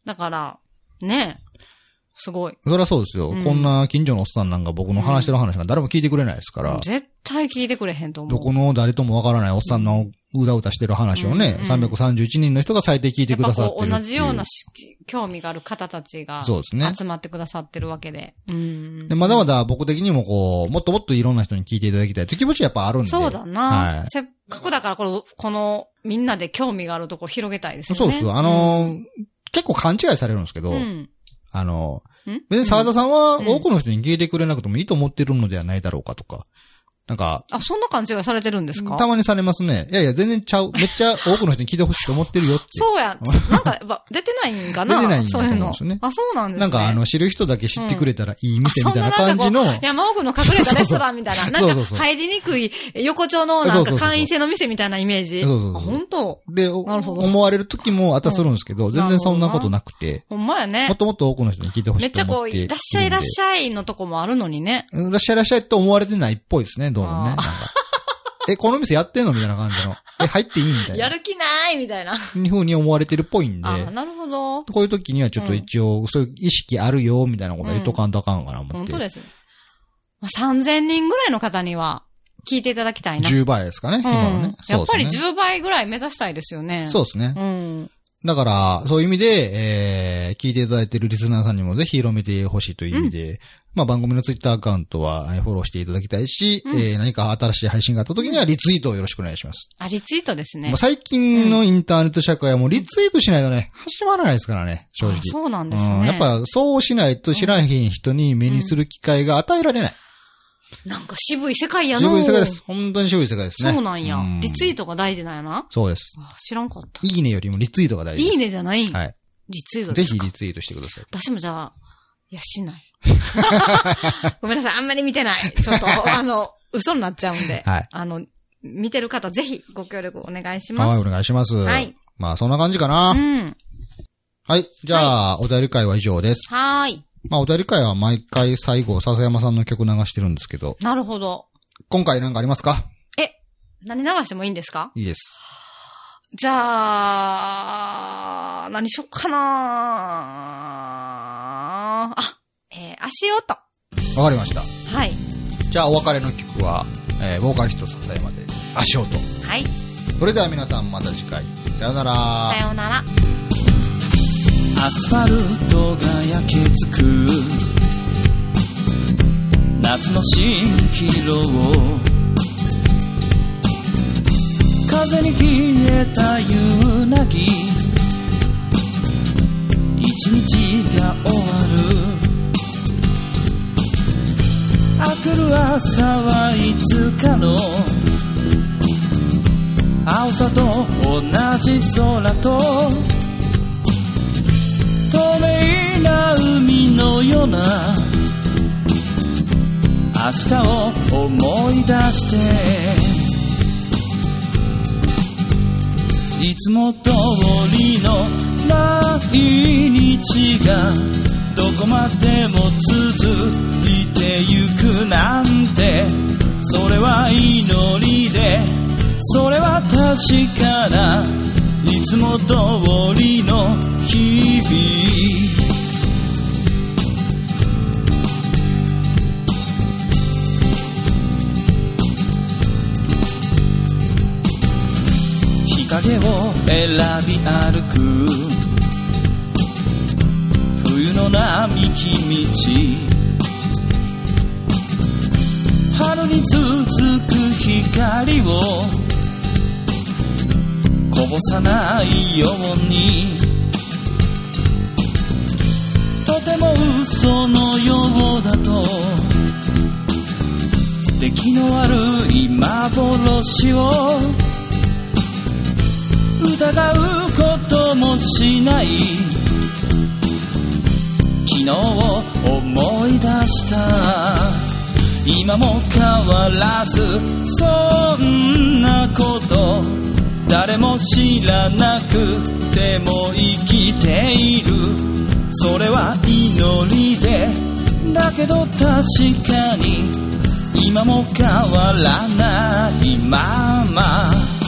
[SPEAKER 2] だから、ねえすごい。
[SPEAKER 1] そりゃそうですよ、
[SPEAKER 2] うん
[SPEAKER 1] こんな近所のおっさんなんか僕の話してる話が誰も聞いてくれないですから、
[SPEAKER 2] 絶対聞いてくれへんと思う。
[SPEAKER 1] どこの誰とも分からないおっさんのうだうだしてる話をね、
[SPEAKER 2] うん
[SPEAKER 1] 331人の人が最低聞いて
[SPEAKER 2] やっ
[SPEAKER 1] くだ
[SPEAKER 2] ぱ
[SPEAKER 1] さって
[SPEAKER 2] こ
[SPEAKER 1] るっていう
[SPEAKER 2] う、同じようなし興味がある方たちが
[SPEAKER 1] そうですね。
[SPEAKER 2] 集まってくださってるわけで。うん。
[SPEAKER 1] でまだまだ僕的にもこう、もっともっといろんな人に聞いていただきたいという気持ちはやっぱあるんで。
[SPEAKER 2] そうだな、
[SPEAKER 1] はい
[SPEAKER 2] せっかくだからこの、この、みんなで興味があるとこ広げたいですよね。
[SPEAKER 1] そうですよ。あのー、結構勘違いされるんですけど、
[SPEAKER 2] うん、うん。
[SPEAKER 1] あのー、
[SPEAKER 2] うん
[SPEAKER 1] 別に沢田さんは
[SPEAKER 2] うん
[SPEAKER 1] 多くの人に聞いてくれなくてもいいと思ってるのではないだろうかとか。なんか、
[SPEAKER 2] あ、そんな勘違いされてるんですか
[SPEAKER 1] たまにされますね。いやいや、全然ちゃう。めっちゃ多くの人に聞いてほしいと思ってるよって。
[SPEAKER 2] そう や。なんか、やっぱ出てないんかな
[SPEAKER 1] 出てないんだと
[SPEAKER 2] そう
[SPEAKER 1] 思
[SPEAKER 2] いううんの
[SPEAKER 1] ですよね。
[SPEAKER 2] あ、そうなんですね。
[SPEAKER 1] なんか、あの、知る人だけ知ってくれたらいい店みたいな
[SPEAKER 2] あそ
[SPEAKER 1] 感
[SPEAKER 2] んな
[SPEAKER 1] じの。そう
[SPEAKER 2] 山奥の隠れたレストランみ たいな。
[SPEAKER 1] そう
[SPEAKER 2] な
[SPEAKER 1] そ
[SPEAKER 2] ん
[SPEAKER 1] う
[SPEAKER 2] か、
[SPEAKER 1] そう
[SPEAKER 2] 入りにくい横丁のな
[SPEAKER 1] そうそ
[SPEAKER 2] ん
[SPEAKER 1] う
[SPEAKER 2] か
[SPEAKER 1] そうそう
[SPEAKER 2] 会員制の店みたいなイメージ。
[SPEAKER 1] そうそう
[SPEAKER 2] あ、
[SPEAKER 1] そう。
[SPEAKER 2] 本当
[SPEAKER 1] で、お
[SPEAKER 2] なるほど
[SPEAKER 1] 思われる時もあったりするんですけど、全然そんなことなくて、
[SPEAKER 2] ほんまや
[SPEAKER 1] もっ
[SPEAKER 2] ね。
[SPEAKER 1] ともっと多くの人に聞いてほし
[SPEAKER 2] めっ
[SPEAKER 1] い
[SPEAKER 2] ち
[SPEAKER 1] と
[SPEAKER 2] ゃこ
[SPEAKER 1] 思っ
[SPEAKER 2] う、
[SPEAKER 1] て
[SPEAKER 2] いらっしゃいいらっし
[SPEAKER 1] ゃい
[SPEAKER 2] ゃいのとこもあるのにね。
[SPEAKER 1] るんで。いらっしゃいいらっしゃいと思われてないっぽいですね、どうもね。
[SPEAKER 2] あー
[SPEAKER 1] なんかえ、この店やってんのみたいな感じの。え、入っていいみたい
[SPEAKER 2] や
[SPEAKER 1] な。
[SPEAKER 2] る気ないみたいな。
[SPEAKER 1] ふうに思われてるっぽいんで。
[SPEAKER 2] あーなるほど。
[SPEAKER 1] こういう時にはちょっと一応、そういう意識あるよ、みたいなことは言っとかんとあかんかな、思っ
[SPEAKER 2] 本
[SPEAKER 1] て。
[SPEAKER 2] 当です。まあ、3000人ぐらいの方には聞いていただきたいな。
[SPEAKER 1] 10倍ですかね、今の
[SPEAKER 2] う
[SPEAKER 1] ね
[SPEAKER 2] ん。。やっぱり
[SPEAKER 1] そうですね
[SPEAKER 2] 10倍ぐらい目指したいですよね。
[SPEAKER 1] そうですね。
[SPEAKER 2] うん。
[SPEAKER 1] だから、そういう意味で、えー、聞いていただいてるリスナーさんにもぜひ広めてほしいという意味で、まあ番組のツイッターアカウントはえーフォローしていただきたいし、
[SPEAKER 2] うん
[SPEAKER 1] えー何か新しい配信があった時にはリツイートをよろしくお願いします。
[SPEAKER 2] あ、リツイートですね
[SPEAKER 1] まあ。最近のインターネット社会はもうリツイートしないとね、始まらないですからね、正直
[SPEAKER 2] あ。そうなんです
[SPEAKER 1] うん、
[SPEAKER 2] ね。
[SPEAKER 1] やっぱそうしないと知らへん人に目にする機会が与えられない。
[SPEAKER 2] なんか渋い世界やな。
[SPEAKER 1] 渋い世界です。本当に渋い世界ですね。
[SPEAKER 2] そうなんや。リツイ
[SPEAKER 1] ート。
[SPEAKER 2] ートが大事なんやな。
[SPEAKER 1] そうです。
[SPEAKER 2] あ知らんかった。
[SPEAKER 1] いいねよりもリツイートが大事です。
[SPEAKER 2] いいねじゃない。
[SPEAKER 1] はい。
[SPEAKER 2] リツイート
[SPEAKER 1] ぜ
[SPEAKER 2] です
[SPEAKER 1] ひ
[SPEAKER 2] か。
[SPEAKER 1] リツイートしてください。
[SPEAKER 2] 私もじゃあ、いや、しない。 ごめんなさい。あんまり見てない。ちょっ と、あの、嘘になっちゃうんで。
[SPEAKER 1] はい
[SPEAKER 2] あの、見てる方、ぜひご協力お願いし
[SPEAKER 1] はい、
[SPEAKER 2] ま
[SPEAKER 1] お願いします。
[SPEAKER 2] す。はい。
[SPEAKER 1] まあ、そんな感じかな。
[SPEAKER 2] うん。
[SPEAKER 1] はい。じゃあ、お便り会は以上です。
[SPEAKER 2] はーい。
[SPEAKER 1] まあ、お便り会は毎回最後、笹山さんの曲流してるんですけど、
[SPEAKER 2] なるほど。
[SPEAKER 1] 今回なんかありますか
[SPEAKER 2] 何流してもいいんですか
[SPEAKER 1] いいです。
[SPEAKER 2] じゃあ、何しよっかなあ、えー、足音。
[SPEAKER 1] わかりました。
[SPEAKER 2] はい。
[SPEAKER 1] じゃあ、お別れの曲は、えーボーカリスト笹山で、足音。
[SPEAKER 2] はい。
[SPEAKER 1] それでは皆さん、また次回。さよなら。
[SPEAKER 2] さようなら。
[SPEAKER 3] アスファルトが焼けつく夏の蜃気楼を風に消えた夕泣き一日が終わる明くる朝はいつかの青さと同じ空と透明な海のような明日を思い出していつも通りの毎日がどこまでも続いてゆくなんてそれは祈りでそれは確かないつも通りの日々日陰を選び歩く冬の並木道春に続く光をこぼさないようにとても嘘のようだと出来の悪い幻を疑うこともしない昨日を思い出した今も変わらずそんなこと誰も知らなくても生きているそれは祈りでだけど確かに今も変わらないまま Uh-huh.